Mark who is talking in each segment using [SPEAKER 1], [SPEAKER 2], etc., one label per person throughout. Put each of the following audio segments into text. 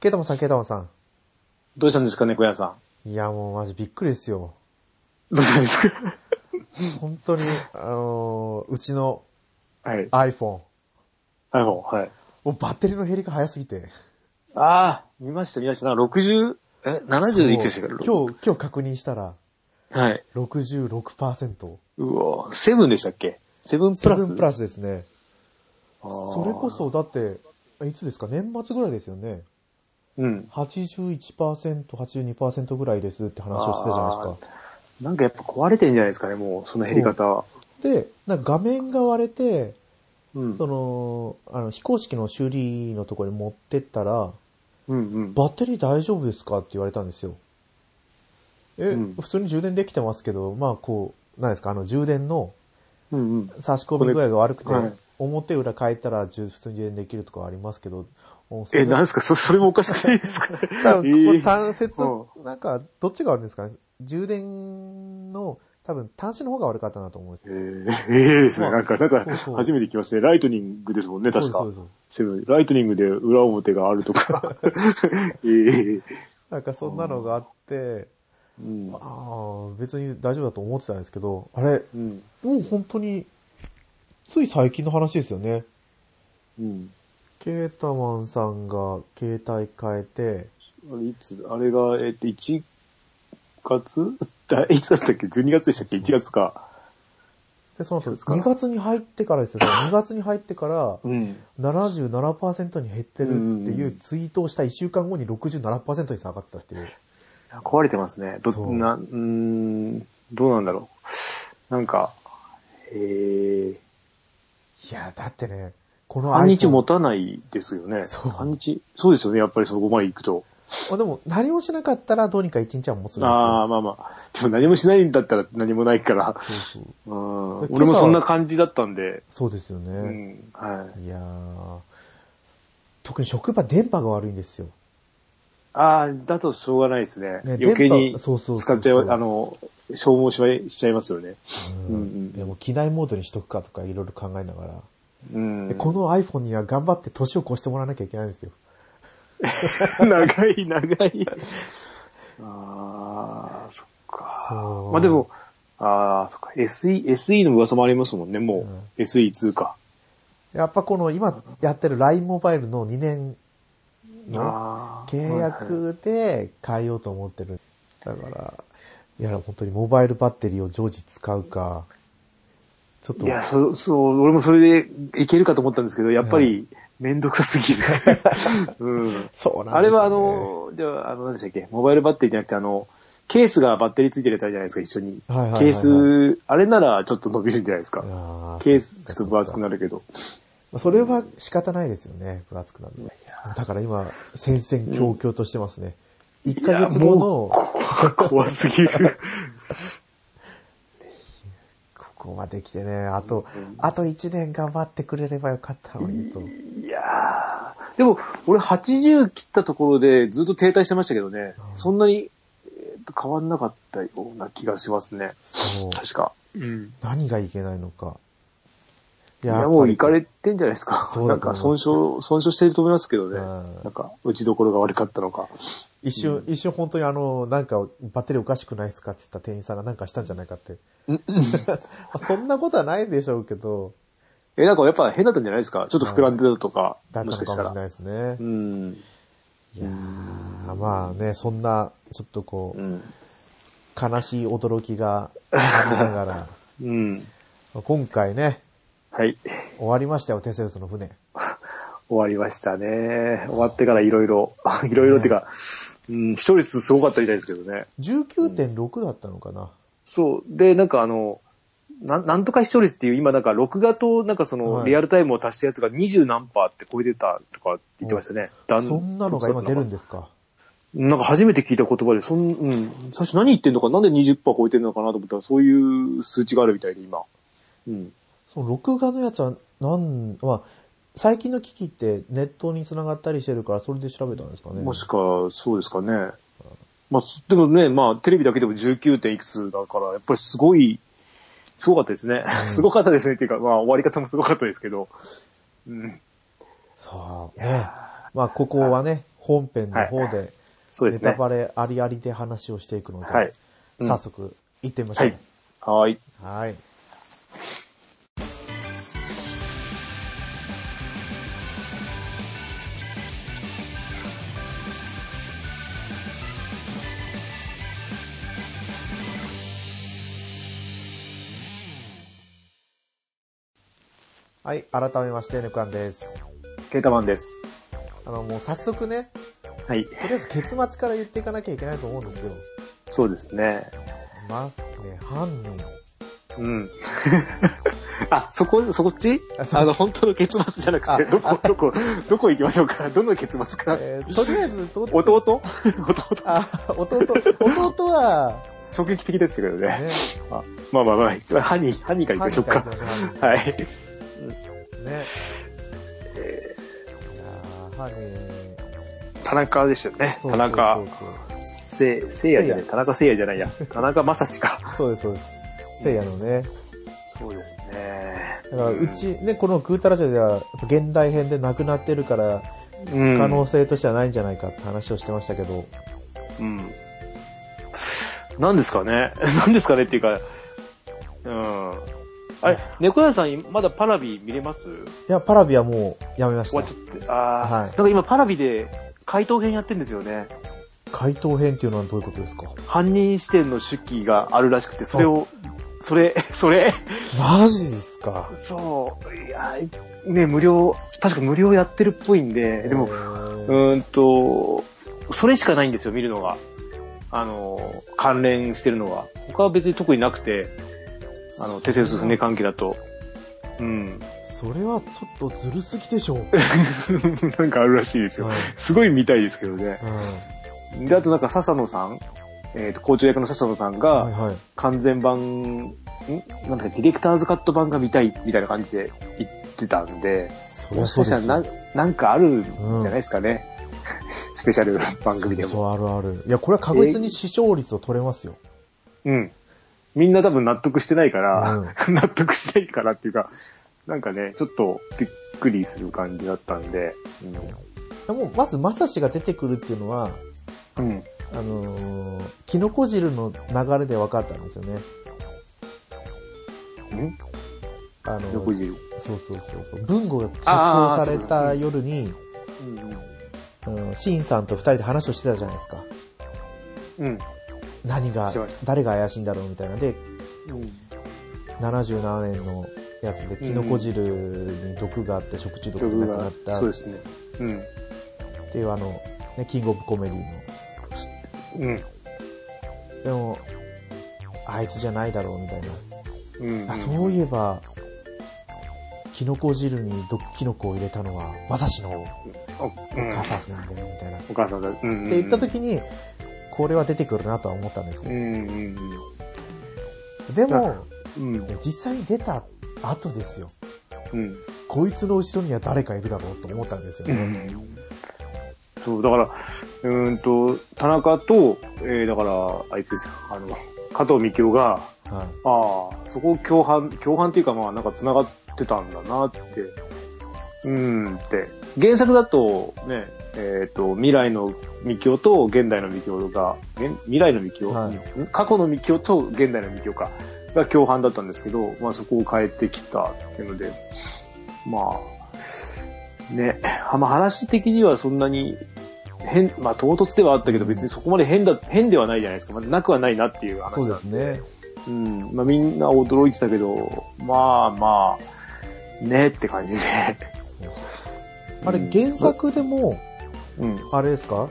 [SPEAKER 1] ケイタマンさん、ケイタマンさ
[SPEAKER 2] どうしたんですか、猫屋さ
[SPEAKER 1] ん。いや、もうマジびっくりですよ。
[SPEAKER 2] ん。どうしたんですか
[SPEAKER 1] 本当に、あのーうちの
[SPEAKER 2] はい。
[SPEAKER 1] iPhone。
[SPEAKER 2] iPhone、はい。
[SPEAKER 1] もうバッテリーの減りが早すぎて。
[SPEAKER 2] ああ、見ました、見ました。なんか60、え、70いくでしたから
[SPEAKER 1] 今日、今日確認したら、
[SPEAKER 2] 日。はい。
[SPEAKER 1] 66%。
[SPEAKER 2] うおーセブンでしたっけセブンプラス
[SPEAKER 1] セブンプラスですね。
[SPEAKER 2] あー
[SPEAKER 1] それこそ、だって、いつですか年末ぐらいですよね。
[SPEAKER 2] うん。
[SPEAKER 1] 81%、82%ぐらいですって話をしてたじゃないですか。
[SPEAKER 2] なんかやっぱ壊れてるんじゃないですかね、もう、その減り方は。
[SPEAKER 1] で、なんか画面が割れて、
[SPEAKER 2] うん。
[SPEAKER 1] その、あの、非公式の修理のところに持ってったら、
[SPEAKER 2] うんうん。
[SPEAKER 1] バッテリー大丈夫ですかって言われたんですよ。え、
[SPEAKER 2] うん
[SPEAKER 1] 普通に充電できてますけど、まあこう、なんですか、あの充電の
[SPEAKER 2] うんうん。
[SPEAKER 1] 差し込み具合が悪くて、
[SPEAKER 2] これはい
[SPEAKER 1] 表裏変えたら充普通に充電できるとかありますけど、おそれ
[SPEAKER 2] え、なんですかそれ、それもおかしくないですか
[SPEAKER 1] 多分こ
[SPEAKER 2] え
[SPEAKER 1] こ
[SPEAKER 2] ー
[SPEAKER 1] 単節、
[SPEAKER 2] う
[SPEAKER 1] なんか、どっちが悪いんですかね充電の、多分端子の方が悪かったなと思うんです
[SPEAKER 2] えー、えーですね。なんか、なんか
[SPEAKER 1] そうそう、
[SPEAKER 2] 初めて聞きますね。ライトニングですもんね、
[SPEAKER 1] そう
[SPEAKER 2] 確
[SPEAKER 1] です
[SPEAKER 2] か
[SPEAKER 1] そう。ですそうです
[SPEAKER 2] セブンライトニングで裏表があると か。ええ
[SPEAKER 1] なんかそんなのがあって、
[SPEAKER 2] うん
[SPEAKER 1] あ。あ、別に大丈夫だと思ってたんですけど、あれ、
[SPEAKER 2] うん。
[SPEAKER 1] もう本当に、つい最近の話ですよね。
[SPEAKER 2] うん。
[SPEAKER 1] ケータマンさんが携帯変えて、
[SPEAKER 2] あれ、いつ、あれが、えっと、1月だいつだったっけ ?12 月でしたっけ ?1 月か。
[SPEAKER 1] で、その後、
[SPEAKER 2] そうですか
[SPEAKER 1] 2月に入ってから ですよね。2月に入ってから、
[SPEAKER 2] うん。
[SPEAKER 1] 77%に減ってるって
[SPEAKER 2] うんうん
[SPEAKER 1] いううんツイートをした1週間後に67%に下がってたっていう。
[SPEAKER 2] 壊れてますね。ど、
[SPEAKER 1] そう
[SPEAKER 2] な、うーん、どうなんだろう。なんか、えー、
[SPEAKER 1] いや、だってね、この
[SPEAKER 2] 半日
[SPEAKER 1] iPhone
[SPEAKER 2] 持たないですよね。
[SPEAKER 1] そう
[SPEAKER 2] 半日、そうですよね。やっぱりそこまで行くと。
[SPEAKER 1] まあでも、何もしなかったらどうにか1日は持つんですよ。
[SPEAKER 2] ああ、まあまあ。でも何もしないんだったら何もないから。
[SPEAKER 1] そうそう。
[SPEAKER 2] うん。
[SPEAKER 1] で
[SPEAKER 2] 俺もそんな感じだったんで。
[SPEAKER 1] そうですよ
[SPEAKER 2] う
[SPEAKER 1] ね。
[SPEAKER 2] ん。はい。
[SPEAKER 1] いやー特に職場電波が悪いんですよ。
[SPEAKER 2] ああ、だとしょうがないですね。
[SPEAKER 1] ね
[SPEAKER 2] 余計
[SPEAKER 1] 電
[SPEAKER 2] に
[SPEAKER 1] 波そうそうそう
[SPEAKER 2] 使っちゃう、あの、消耗しまいしちゃいますよね。
[SPEAKER 1] う
[SPEAKER 2] うんん。
[SPEAKER 1] いやもう機内モードにしとくかとかいろいろ考えながら。
[SPEAKER 2] うん
[SPEAKER 1] で。この iPhone には頑張って年を越してもらわなきゃいけないんですよ。
[SPEAKER 2] 長い、長い。ああ、そっか。
[SPEAKER 1] そう。
[SPEAKER 2] まあでも、ああ、そっか。SE、SE の噂もありますもんね、もう。SE2 か。
[SPEAKER 1] やっぱこの今やってる LINE モバイルの2年の
[SPEAKER 2] ああ
[SPEAKER 1] 契
[SPEAKER 2] はい
[SPEAKER 1] 約で変えようと思ってる。だから、いや本当にモバイルバッテリーを常時使うか、ちょっと
[SPEAKER 2] い、や、そう、そう、俺もそれでいけるかと思ったんですけど、やっぱり、めんどくさす ぎる。うん。
[SPEAKER 1] そうなんですよね
[SPEAKER 2] あれはあ、の、じゃあ、あの、何でしたっけ、モバイルバッテリーじゃなくて、あの、ケースがバッテリーついてるやつあるじゃないですか、一緒に。
[SPEAKER 1] はいはいはいはい
[SPEAKER 2] ケース、あれならちょっと伸びるんじゃないですか。
[SPEAKER 1] あ
[SPEAKER 2] ケース、ちょっと分厚く
[SPEAKER 1] な
[SPEAKER 2] なるけど。
[SPEAKER 1] それは仕方ないですよね、分厚くなるのだから今、戦々恐々としてますね。1ヶ月後の、
[SPEAKER 2] 怖すぎ る。
[SPEAKER 1] ここまで来てね、あと、あと1年頑張ってくれればよかったのにと。
[SPEAKER 2] いやー。でも、俺80切ったところでずっと停滞してましたけどね、
[SPEAKER 1] うん
[SPEAKER 2] そんなに、えーと変わんなかったような気がしますね。
[SPEAKER 1] そう
[SPEAKER 2] 確か。うん。
[SPEAKER 1] 何がいけないのか。い
[SPEAKER 2] いや、もう行か
[SPEAKER 1] やっ
[SPEAKER 2] れてんじゃないですか。
[SPEAKER 1] そうだと思う
[SPEAKER 2] なんか損傷、損傷してると思いますけどね。
[SPEAKER 1] うん
[SPEAKER 2] なんか、打ちどころが悪かったの
[SPEAKER 1] ぱ
[SPEAKER 2] か。
[SPEAKER 1] り一瞬、一瞬本当にあの、なんか、バッテリーおかしくないですかって言った店員さんがなんかしたんじゃないかって。 そんなことはないでしょうけど、
[SPEAKER 2] え、なんかやっぱ変だったんじゃないですかちょっと膨らんでたとか、
[SPEAKER 1] だった
[SPEAKER 2] も
[SPEAKER 1] の
[SPEAKER 2] し
[SPEAKER 1] か
[SPEAKER 2] か
[SPEAKER 1] もし
[SPEAKER 2] し
[SPEAKER 1] たれ
[SPEAKER 2] ら。
[SPEAKER 1] ないですね
[SPEAKER 2] う。ん。
[SPEAKER 1] いやーまあね、そんな、ちょっとこう
[SPEAKER 2] う、ん。
[SPEAKER 1] 悲しい驚きがありなが ら、
[SPEAKER 2] うん。
[SPEAKER 1] 今回ね、
[SPEAKER 2] はい。
[SPEAKER 1] 終わりましたよ、テセウスの船。
[SPEAKER 2] 終わりましたね。終わってからいろい ろ、いろいろっていうか、うん、視聴率すごかったみたいですけどね。
[SPEAKER 1] 19.6だったのかな。
[SPEAKER 2] そう。で、なんかあの、なんなんとか視聴率っていう、今なんか録画となんかそ
[SPEAKER 1] は
[SPEAKER 2] の
[SPEAKER 1] い
[SPEAKER 2] リアルタイムを足したやつが20何パーって超えてたとか言ってましたね。だ
[SPEAKER 1] そんなのが今出るんですか。
[SPEAKER 2] なんか初めて聞いた言葉で、そん、うん、最初何言ってんのか、なんで20%超えてんのかなと思ったら、そういう数値があるみたいで、今。うん。
[SPEAKER 1] その録画のやつは、なん、まあ、最近の機器ってネットに繋がったりしてるから、それで調べたんですかね。
[SPEAKER 2] もしか、そうですかね。まあ、でもね、まあ、テレビだけでも19点いくつだから、やっぱりすごい、すごかったですね。すごかったですねっていうか、まあ、終わり方もすごかったですけど。うん。
[SPEAKER 1] そうね。まあ、ここはね、本編の方で、
[SPEAKER 2] そうで
[SPEAKER 1] ネ
[SPEAKER 2] す
[SPEAKER 1] タ
[SPEAKER 2] ね。
[SPEAKER 1] バレありありで話をしていくので、
[SPEAKER 2] はい。うん
[SPEAKER 1] 早速、行ってみましょ
[SPEAKER 2] は
[SPEAKER 1] う。
[SPEAKER 2] い。は
[SPEAKER 1] は
[SPEAKER 2] ーい。
[SPEAKER 1] い。はい、改めまして、ネクアンです。
[SPEAKER 2] ケータマンです。
[SPEAKER 1] あの、もう早速ね、
[SPEAKER 2] はい。
[SPEAKER 1] とりあえず結末から言っていかなきゃいけないと思うんですよ。
[SPEAKER 2] そうですね。
[SPEAKER 1] まずね、犯人。
[SPEAKER 2] うん。 あ、そこ、そこっち
[SPEAKER 1] あそ
[SPEAKER 2] あの、本当の結末じゃなくて、
[SPEAKER 1] あ
[SPEAKER 2] どこ、どこ、どこ行きましょうかどの結末か。
[SPEAKER 1] えーとりあえず、ど
[SPEAKER 2] 弟弟
[SPEAKER 1] あ、弟、弟は、
[SPEAKER 2] 衝撃的でしたけどね。
[SPEAKER 1] ね、
[SPEAKER 2] あまあまあまあ、犯人、犯人から行きましょうか。はい。
[SPEAKER 1] ね。
[SPEAKER 2] え
[SPEAKER 1] いやー犯人
[SPEAKER 2] ー田中でしたよね。
[SPEAKER 1] そう
[SPEAKER 2] 田中
[SPEAKER 1] そうそう
[SPEAKER 2] せ、せいやじゃない。田中せいやじゃ ないや。田中正史か。
[SPEAKER 1] そうです、そうです。せいやのね。
[SPEAKER 2] そうですね。
[SPEAKER 1] だから、うち、ね、このグータラジオでは、やっぱ現代編で亡くなってるから、
[SPEAKER 2] うん、
[SPEAKER 1] 可能性としてはないんじゃないかって話をしてましたけど、
[SPEAKER 2] うん。なんですかね なんですかねっていうか、うん。あれ、猫屋さん、まだパラビ見れます
[SPEAKER 1] いや、パラビはもうやめまし
[SPEAKER 2] 終わ
[SPEAKER 1] た
[SPEAKER 2] っち。ゃって。ああ、
[SPEAKER 1] はい
[SPEAKER 2] なんか今パラビで回答編やってんですよね。
[SPEAKER 1] 回答編っていうのはどういうことですか
[SPEAKER 2] 犯人視点の手記があるらしくて、それを、それ、 それ、
[SPEAKER 1] マジですか
[SPEAKER 2] そう、いや、ね、無料、確か無料やってるっぽいんで、でも
[SPEAKER 1] え、ー
[SPEAKER 2] うーんと、それしかないんですよ、見るのが。あの、関連してるのは。他は別に特になくて、あの、テセウス船関係だと。うん。
[SPEAKER 1] それはちょっとずるすぎでしょう。
[SPEAKER 2] なんかあるらしいですよ。
[SPEAKER 1] はい
[SPEAKER 2] すごい見たいですけどね。
[SPEAKER 1] う
[SPEAKER 2] で、あとなんか笹野さん、えっ、と、校長役の笹野さん
[SPEAKER 1] ん。はい
[SPEAKER 2] が、
[SPEAKER 1] はい。
[SPEAKER 2] 完全版、んなんだかディレクターズカット版が見たい、みたいな感じで言ってたんで、
[SPEAKER 1] そり
[SPEAKER 2] も
[SPEAKER 1] ゃ
[SPEAKER 2] し
[SPEAKER 1] そう
[SPEAKER 2] かし
[SPEAKER 1] です
[SPEAKER 2] た
[SPEAKER 1] よ
[SPEAKER 2] らな、なんかあるんじゃないですかね。 スペシャル番組でも。
[SPEAKER 1] そうそう、あるある。いや、これは確実に視聴率を取れますよ。
[SPEAKER 2] うん。みんな多分納得してないから、
[SPEAKER 1] う
[SPEAKER 2] 納得してないからっていうか、なんかね、ちょっとびっくりする感じだったんで、
[SPEAKER 1] でもまず、まさしが出てくるっていうのは、
[SPEAKER 2] うん。うん。
[SPEAKER 1] あのー、キノコ汁の流れで分かったんですよね。
[SPEAKER 2] ん
[SPEAKER 1] あのー
[SPEAKER 2] 横汁。
[SPEAKER 1] そうそうそうそう。文吾が釈
[SPEAKER 2] あ
[SPEAKER 1] 放
[SPEAKER 2] ー
[SPEAKER 1] された夜に、うん、シンさんと二人で話をしてたじゃないですか。
[SPEAKER 2] うん。
[SPEAKER 1] 何が
[SPEAKER 2] してまし、
[SPEAKER 1] 誰が怪しいんだろうみたいな。で、
[SPEAKER 2] うん。
[SPEAKER 1] 77年のやつで、キノコ汁に毒があって食中毒で
[SPEAKER 2] 曲
[SPEAKER 1] 亡くな
[SPEAKER 2] が
[SPEAKER 1] っ、た
[SPEAKER 2] そう
[SPEAKER 1] っ
[SPEAKER 2] ですね。うん。
[SPEAKER 1] ていうあの、ね、キングオブコメディの。
[SPEAKER 2] うん。
[SPEAKER 1] でも、あいつじゃないだろうみたいな。
[SPEAKER 2] うん。
[SPEAKER 1] あ、そうい
[SPEAKER 2] うん。
[SPEAKER 1] えば、キノコ汁に毒キノコを入れたのは、まさしのお
[SPEAKER 2] おうん
[SPEAKER 1] 母さんなんだよ、みたいな。って
[SPEAKER 2] お母さんが、うんうん。って
[SPEAKER 1] 言った時に、これは出てくるなとは思ったんです
[SPEAKER 2] う
[SPEAKER 1] よ。
[SPEAKER 2] んうん
[SPEAKER 1] でも、
[SPEAKER 2] うん。うん。
[SPEAKER 1] 実際に出た後ですよ。
[SPEAKER 2] うん。
[SPEAKER 1] こいつの後ろには誰かいるだろうと思ったんですよ
[SPEAKER 2] う
[SPEAKER 1] ね。
[SPEAKER 2] んそう、だから、うーんと、田中と、えー、だから、あいつですよ、あの、加藤美京が、
[SPEAKER 1] はい。
[SPEAKER 2] ああ、そこ共犯、共犯っていうかまあなんか繋がってたんだなって、うーんって。原作だとね、えっ、と、未来の未教と現代の未教が、現未来の未教、
[SPEAKER 1] はい
[SPEAKER 2] ん過去の未教と現代の未教か、が共犯だったんですけど、まあそこを変えてきたっていうので、まあ、ね、あまあ話的にはそんなに変、まあ唐突ではあったけど別にそこまで変だ、変ではないじゃないですか。まあなくはないなっていう話な
[SPEAKER 1] そ
[SPEAKER 2] んで
[SPEAKER 1] うですね。
[SPEAKER 2] うん。まあみんな驚いてたけど、まあまあ、ねって感じで。
[SPEAKER 1] あれ、原作でも、
[SPEAKER 2] うん。
[SPEAKER 1] あれですか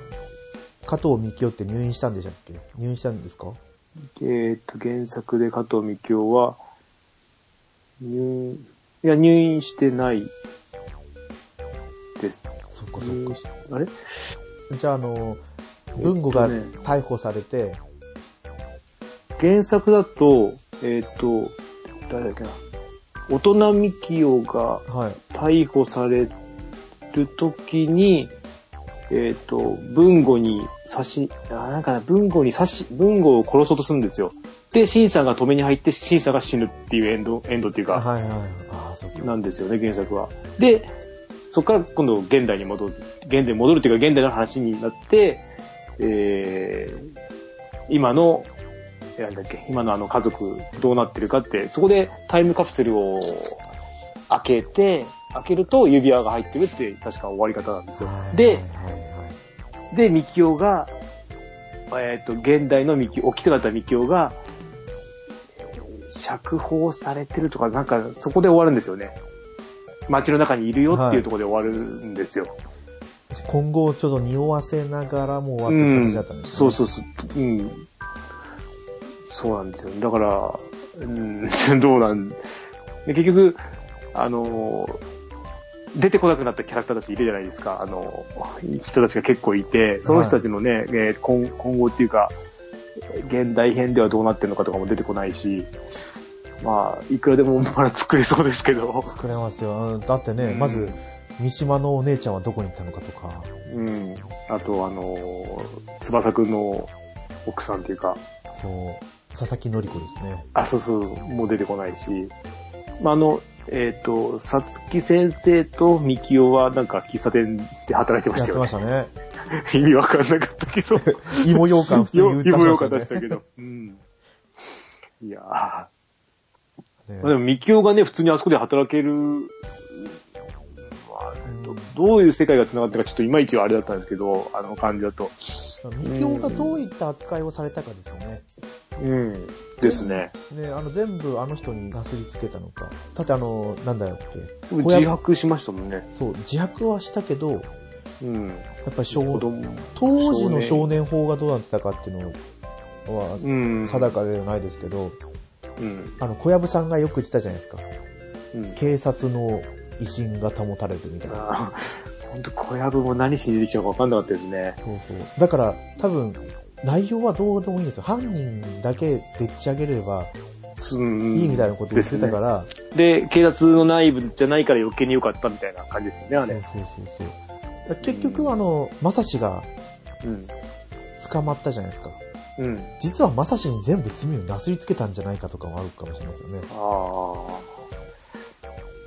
[SPEAKER 1] 加藤美京って入院したんでしたっけ入院したんですか
[SPEAKER 2] えっ、と、原作で加藤美京は、入、いや、入院してないです。
[SPEAKER 1] そっかそ
[SPEAKER 2] 入院
[SPEAKER 1] っ
[SPEAKER 2] しあれ
[SPEAKER 1] か。じゃあ、あの、文吾が
[SPEAKER 2] えっとね
[SPEAKER 1] 逮捕されて、
[SPEAKER 2] 原作だと、えっ、と、誰だっけな。大人美京が
[SPEAKER 1] はい。
[SPEAKER 2] 逮捕されるときに、えっ、と、文吾に刺し、あーなんかな文吾に刺し、文吾を殺そうとするんですよ。で、シンさんが止めに入って、シンさんが死ぬっていうエンド、エンドっていうか、
[SPEAKER 1] はいはい。ああ、そっか。
[SPEAKER 2] なんですよね、原作は。で、そこから今度現代に戻る、現代に戻るというか現代の話になって、えー、今の、えーなんだっけ、今のあの家族どうなってるかって、そこでタイムカプセルを開けて、開けると指輪が入ってるって確か終わり方なんですよ。で、
[SPEAKER 1] はいはいはい
[SPEAKER 2] で、ミキオが、えっ、と、現代のミキオ、起きてなかったミキオが、釈放されてるとか、なんか、そこで終わるんですよね。街の中にいるよっていうところで終わるんですよ。
[SPEAKER 1] 今後をちょっと匂わせながらも終わってる感じだったんです
[SPEAKER 2] そ
[SPEAKER 1] ね
[SPEAKER 2] うそうそう、うん。そうなんですよ。だから、うん、 どうなんで結局、あの、出てこなくなったキャラクターたちいるじゃないですか。あの、人たちが結構いて、その人たちのね、えー今今後っていうか、現代編ではどうなってるのかとかも出てこないし、まあ、いくらでもまだ作れそうですけど、
[SPEAKER 1] 作れますよ。うんだってね、
[SPEAKER 2] うん
[SPEAKER 1] まず、三島のお姉ちゃんはどこに行ったのかとか。
[SPEAKER 2] うん。あと、あの、翼くんの奥さんっていうか、
[SPEAKER 1] そう。佐々木のり子ですね。
[SPEAKER 2] あ、そうそう、もう出てこないし。まあ、あの、えっ、と、さつき先生とみきおはなんか喫茶店で働いてま
[SPEAKER 1] や
[SPEAKER 2] し
[SPEAKER 1] ったて
[SPEAKER 2] よ
[SPEAKER 1] ま
[SPEAKER 2] ね
[SPEAKER 1] し。たね。
[SPEAKER 2] 意味わかんなかったけど。
[SPEAKER 1] 芋羊羹普通に売
[SPEAKER 2] よ、
[SPEAKER 1] って
[SPEAKER 2] よ
[SPEAKER 1] ま
[SPEAKER 2] くよ
[SPEAKER 1] し
[SPEAKER 2] か
[SPEAKER 1] たね
[SPEAKER 2] ったでしたけど。うん。いやーまあで
[SPEAKER 1] ね
[SPEAKER 2] もみきおがね、普通にあそこで働ける、まあどどういう世界が繋がってるかちょっといまいちあれだったんですけど、あの感じだと。
[SPEAKER 1] みきおがどういった扱いをされたかですよね。
[SPEAKER 2] うん。ですね。
[SPEAKER 1] ね、あの、全部あの人になすりつけたのか。だってあの、なんだよっけ。
[SPEAKER 2] でも自白しましたもんね。
[SPEAKER 1] そう、自白はしたけど、や
[SPEAKER 2] うん。
[SPEAKER 1] っぱり少
[SPEAKER 2] 子供。
[SPEAKER 1] 当時の少年法がどうなってたかっていうのは、
[SPEAKER 2] うん。
[SPEAKER 1] 定かではないですけど、
[SPEAKER 2] うん。
[SPEAKER 1] あの、小籔さんがよく言ってたじゃないですか。
[SPEAKER 2] うん。
[SPEAKER 1] 警察の威信が保たれるみたいな。
[SPEAKER 2] ああ、ほんと小籔も何しに出てきたのか分かんなかったですね。
[SPEAKER 1] そうそう。だから、多分、内容はどうでもいいんですよ。犯人だけでっち上げれば
[SPEAKER 2] うん
[SPEAKER 1] いいみたいなこと言ってたから、
[SPEAKER 2] で、警察の内部じゃないから余計に良かったみたいな感じですよね、あ
[SPEAKER 1] そ
[SPEAKER 2] れ。
[SPEAKER 1] うそうそうそう。だから結局、あの、まさしが
[SPEAKER 2] うん。
[SPEAKER 1] 捕まったじゃないですか。
[SPEAKER 2] うん。
[SPEAKER 1] 実はまさしに全部罪をなすりつけたんじゃないかとかもあるかもしれないですよね。
[SPEAKER 2] ああ。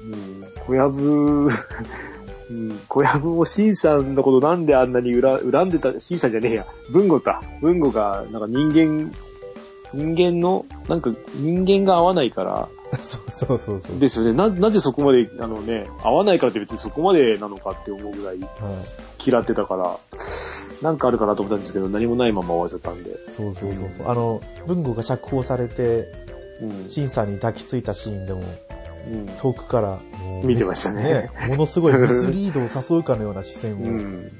[SPEAKER 2] うん。小籔、 うん、小籔も C さんのことなんであんなに恨恨んでた、C さんじゃねえや、文吾か。文吾が、なんか人間、人間の、なんか人間が合わないから、
[SPEAKER 1] そうそうそうそう。
[SPEAKER 2] ですよね。な、なぜそこまで、あのね、合わないからって別にそこまでなのかって思うぐら
[SPEAKER 1] は
[SPEAKER 2] い
[SPEAKER 1] い。
[SPEAKER 2] 嫌ってたから、なんかあるかなと思ったんですけど、何もないまま終わっちゃったんで。
[SPEAKER 1] そうそうそうそう。あの、文吾が釈放されて、
[SPEAKER 2] うん。
[SPEAKER 1] シンさんに抱きついたシーンでも、
[SPEAKER 2] うん
[SPEAKER 1] 遠くから、もう
[SPEAKER 2] 見てましたね。
[SPEAKER 1] ものすごいミスリードを誘うかのような視線を。
[SPEAKER 2] うん。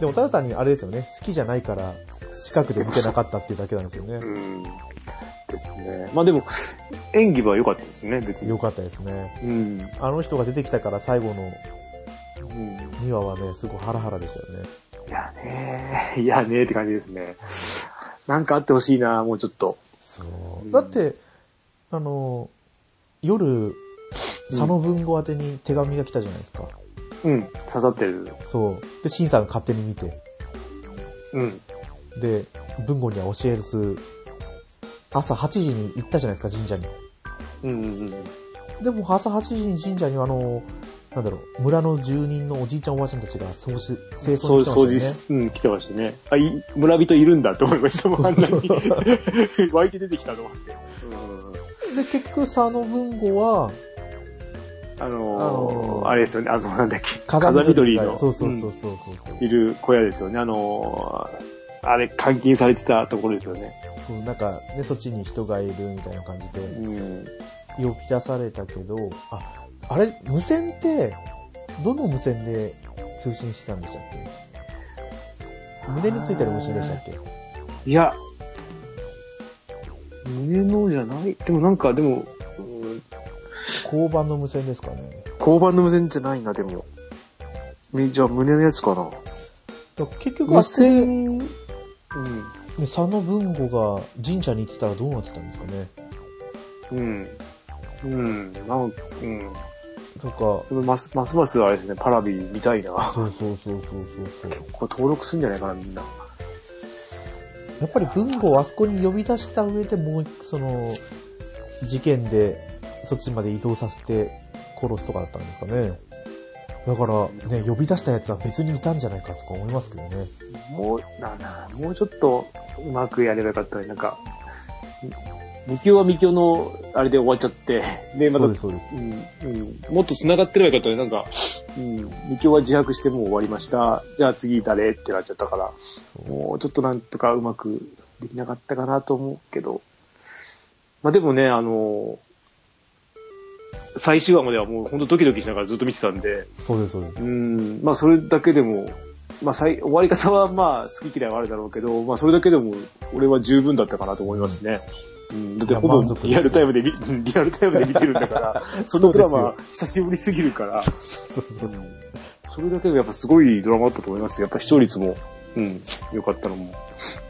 [SPEAKER 1] でもただ単にあれですよね、好きじゃないから近くで見てな
[SPEAKER 2] か
[SPEAKER 1] かったっていうだけなんですよね
[SPEAKER 2] う。ん。ですね。まあでも、演技は良かったですね、別に。
[SPEAKER 1] よかったですね。
[SPEAKER 2] うん。うん。
[SPEAKER 1] あの人が出てきたから最後の2話はね、すごいハラハラでしたよね。
[SPEAKER 2] いやねーいやねーって感じですね。なんかあってほしいなもうちょっと。
[SPEAKER 1] そうう。
[SPEAKER 2] ん
[SPEAKER 1] だって、あの、夜、佐野文吾宛てに手紙が来たじゃないですか。
[SPEAKER 2] うん。刺さってる。
[SPEAKER 1] そう。で、シンさんが勝手に見て、
[SPEAKER 2] うん。
[SPEAKER 1] で、文吾には教えるす、朝8時に行ったじゃないですか、神社に。
[SPEAKER 2] うんうんうん。
[SPEAKER 1] でも朝8時に神社にはあの、なんだろう、村の住人のおじいちゃんおばあちゃんたちが掃除、清掃
[SPEAKER 2] そう、
[SPEAKER 1] に来てま
[SPEAKER 2] 掃除
[SPEAKER 1] し
[SPEAKER 2] し、うん、来てましたね。あ、い、村人いるんだって思いましたもん、あんな に。湧いて出てきたと思って。うん。
[SPEAKER 1] たよね。で、結局佐野文吾は、
[SPEAKER 2] あ
[SPEAKER 1] あ
[SPEAKER 2] の
[SPEAKER 1] の
[SPEAKER 2] ー、
[SPEAKER 1] ー
[SPEAKER 2] あれですよね、あの、なんだっけ、風
[SPEAKER 1] 風
[SPEAKER 2] 見
[SPEAKER 1] 見
[SPEAKER 2] 鳥
[SPEAKER 1] 鳥
[SPEAKER 2] の、
[SPEAKER 1] そうそうそううそうそう。
[SPEAKER 2] んいる小屋ですよね、あのー、あれ、監禁されてたところですよね。
[SPEAKER 1] そう、なんか、ね、そっちに人がいるみたいな感じで、
[SPEAKER 2] うん。
[SPEAKER 1] 呼び出されたけど、あ、あれ、無線って、どの無線で通信してたんでしたっけ胸についてる無線でしたっけ
[SPEAKER 2] いや、胸のじゃないでもなんか、でも、うん
[SPEAKER 1] 交番の無線ですかね。
[SPEAKER 2] 交番の無線じゃないな、でも。みじゃあ、胸のやつかな。
[SPEAKER 1] だから結局、
[SPEAKER 2] 無
[SPEAKER 1] あそこでね
[SPEAKER 2] 線、うん。
[SPEAKER 1] 佐野文吾が神社に行ってたらどうなってたんですかね。
[SPEAKER 2] うん。うん。なんか、うん。
[SPEAKER 1] とか、
[SPEAKER 2] でもます、ますますあれですね、パラビみたいな。
[SPEAKER 1] そうそうそうそうそうそう。
[SPEAKER 2] これ登録するんじゃないかな、みんな。
[SPEAKER 1] やっぱり文吾をあそこに呼び出した上でもう一、その、事件で、そっちまで移動させて殺すとかだったんですかね。だから、ね、呼び出したやつは別にいたんじゃないかとか思いますけどね。
[SPEAKER 2] もう、なんだもうちょっとうまくやればよかったのになんか、みきおはみきおの、あれで終わっちゃって、で、また、
[SPEAKER 1] そう
[SPEAKER 2] う
[SPEAKER 1] です、そうです。
[SPEAKER 2] ん、うん、もっと繋がってればよかったのになんか、うん、みきおは自白してもう終わりました。じゃあ次誰ってなっちゃったから、もうちょっとなんとかうまくできなかったかなと思うけど、まあでもね、あの、最終話まではもう本当ドキドキしながらずっと見てたんで、
[SPEAKER 1] そうです、そうです。
[SPEAKER 2] うん、まあそれだけでも、まあ最終わり方はまあ好き嫌いはあるだろうけど、まあそれだけでも俺は十分だったかなと思いますね。うん、だってほ
[SPEAKER 1] いや満足です
[SPEAKER 2] ぼリアルタイムで見、 うんリアルタイムで見てるん だから、そのドラマ久しぶりすぎるから、
[SPEAKER 1] そうそうそう
[SPEAKER 2] それだけでやっぱすごいドラマだったと思いますよやっぱ視聴率も、うん、良かったのも、